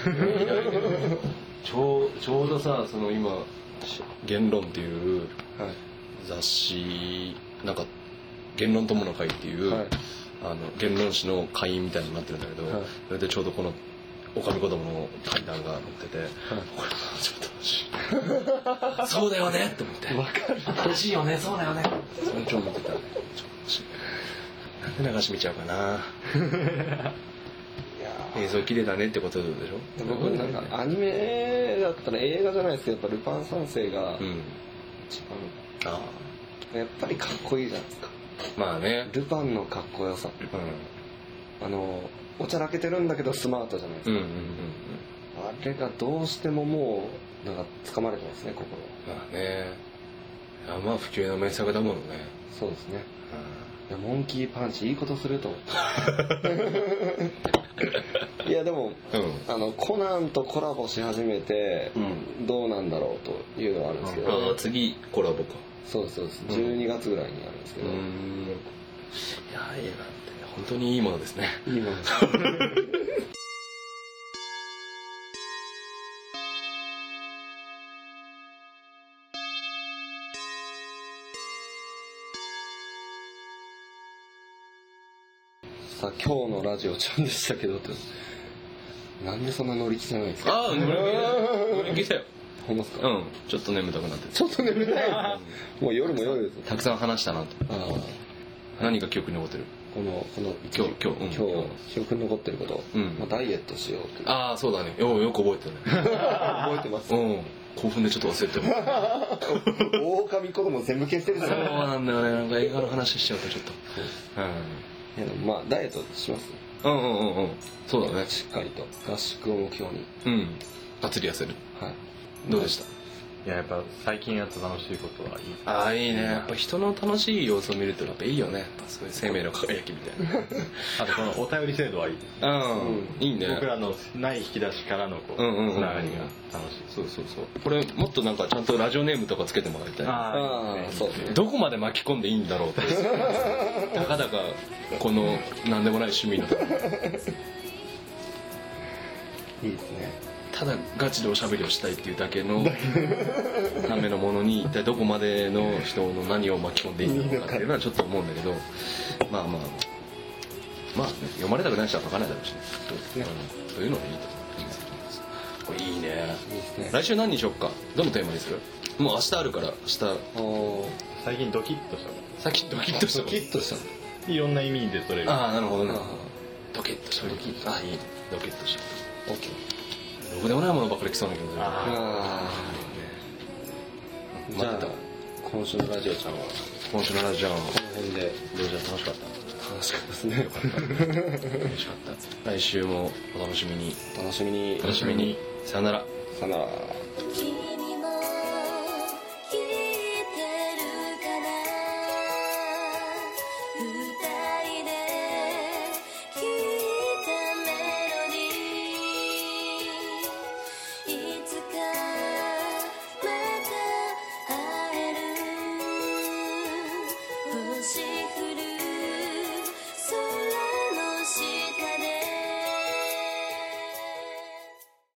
Speaker 2: ちょうちょうどさその今「言論」っていう
Speaker 1: は
Speaker 2: 雑誌なんか「言論友の会」ってい、
Speaker 1: いうはい
Speaker 2: あの言論誌の会員みたいになってるんだけど、
Speaker 1: はい
Speaker 2: それでちょうどこの「おかみ子供の対談が載ってて、これちょっと楽しい そうだよねと思って
Speaker 1: わかる
Speaker 2: 楽しいよねそうだよねそれ超思ってたねちょっと楽しいなんで流し見ちゃうかない
Speaker 1: や
Speaker 2: 映像綺麗だねってことでしょ
Speaker 1: 僕なんかアニメだったら映画じゃないですけどやっぱ「ルパン三世」が
Speaker 2: うん
Speaker 1: 一
Speaker 2: あ
Speaker 1: 番やっぱりかっこいいじゃないですか
Speaker 2: あまあね
Speaker 1: ルパンのかっこよさあのおちゃらけてるんだけどスマートじゃないです
Speaker 2: うん
Speaker 1: か、
Speaker 2: うんうんうん
Speaker 1: あれがどうしてももうなんか掴まれてますね心
Speaker 2: まあねあまあ不及の名作だものね
Speaker 1: そうですねいやモンキーパンチいいことす ると思っていやでも
Speaker 2: う
Speaker 1: あのコナンとコラボし始めて
Speaker 2: んうん
Speaker 1: どうなんだろうというのはあるんですけど、
Speaker 2: ああ次コラボか
Speaker 1: そうそうです
Speaker 2: うん
Speaker 1: 12月ぐらいにあるんですけ
Speaker 2: う
Speaker 1: ど、
Speaker 2: んいや映画って本当にいいものですね
Speaker 1: いいもんですさあ今日のラジオちゃんでしたけどってなんでそんな乗り気じゃないですか
Speaker 2: ああ乗り切れたよ
Speaker 1: ほんまっすか、
Speaker 2: うんちょっと眠たくなって
Speaker 1: ちょっと眠たいもう夜も夜です
Speaker 2: たくさん話したなと
Speaker 1: ああ
Speaker 2: 何が記憶に残ってる
Speaker 1: このこの
Speaker 2: 今日今日うん
Speaker 1: 今日記憶に残ってること、
Speaker 2: うん
Speaker 1: まあ、ダイエットしようって
Speaker 2: ああそうだねよよく覚えてるね
Speaker 1: 覚えてます
Speaker 2: うん興奮でちょっと忘れてる
Speaker 1: 狼子供全部消してるじゃ
Speaker 2: そうんなんだよねなんか映画の話しちゃうとちょっと
Speaker 1: いやで もまあダイエットします
Speaker 2: うんうんうんうんそうだね
Speaker 1: しっかりと合宿を目標に
Speaker 2: うんがっつり痩せる
Speaker 1: はい
Speaker 2: どうでした
Speaker 3: いややっぱ最近やっと楽しいことはいい
Speaker 2: ああいいねやっぱ人の楽しい様子を見るとやっぱいいよねそういう生命の輝きみたい
Speaker 3: あとこのお便り制度はいい
Speaker 2: なうんいいね
Speaker 3: 僕らのない引き出しからのこうつ
Speaker 2: うんうんうん
Speaker 3: ながりが楽しい
Speaker 2: そうそうそうこれもっとなんかちゃんとラジオネームとかつけてもらいたい
Speaker 1: ああそうですね
Speaker 2: どこまで巻き込んでいいんだ ろうってたかだかこの何でもない趣味
Speaker 1: いい
Speaker 2: の
Speaker 1: ですね
Speaker 2: ただガチでおしゃべりをしたいっていうだけのためのものに一体どこまでの人の何を巻き込んでいいんだろうかっていうのはちょっと思うんだけどまあまあまあ、ね、読まれたくない人は書かないだろうしねうんそういうのでいいと思いますこれいい
Speaker 1: い
Speaker 2: ね
Speaker 1: いですね
Speaker 2: 来週何にしよっかどのテーマにするもう明日あるから明日
Speaker 1: おー
Speaker 3: 最近ドキッとした
Speaker 2: さっきドキッとした
Speaker 1: ドキッとした
Speaker 3: いろんな意味で取れる
Speaker 2: ああなるほどな
Speaker 1: あ
Speaker 2: るほどドキッとしたドキッとあいいドキッとした
Speaker 1: オッケー
Speaker 2: どこでもないものばっかり来そうなけど
Speaker 3: あ
Speaker 1: あーじゃあ今週のラジオちゃんは
Speaker 2: 今週のラジオは
Speaker 1: この辺で
Speaker 2: どうじゃ楽しかっ
Speaker 1: 楽しかったですね
Speaker 2: た楽しかった来週もお楽しみに
Speaker 1: 楽しみに
Speaker 2: 楽しみにさよなら
Speaker 1: さよなら
Speaker 4: 君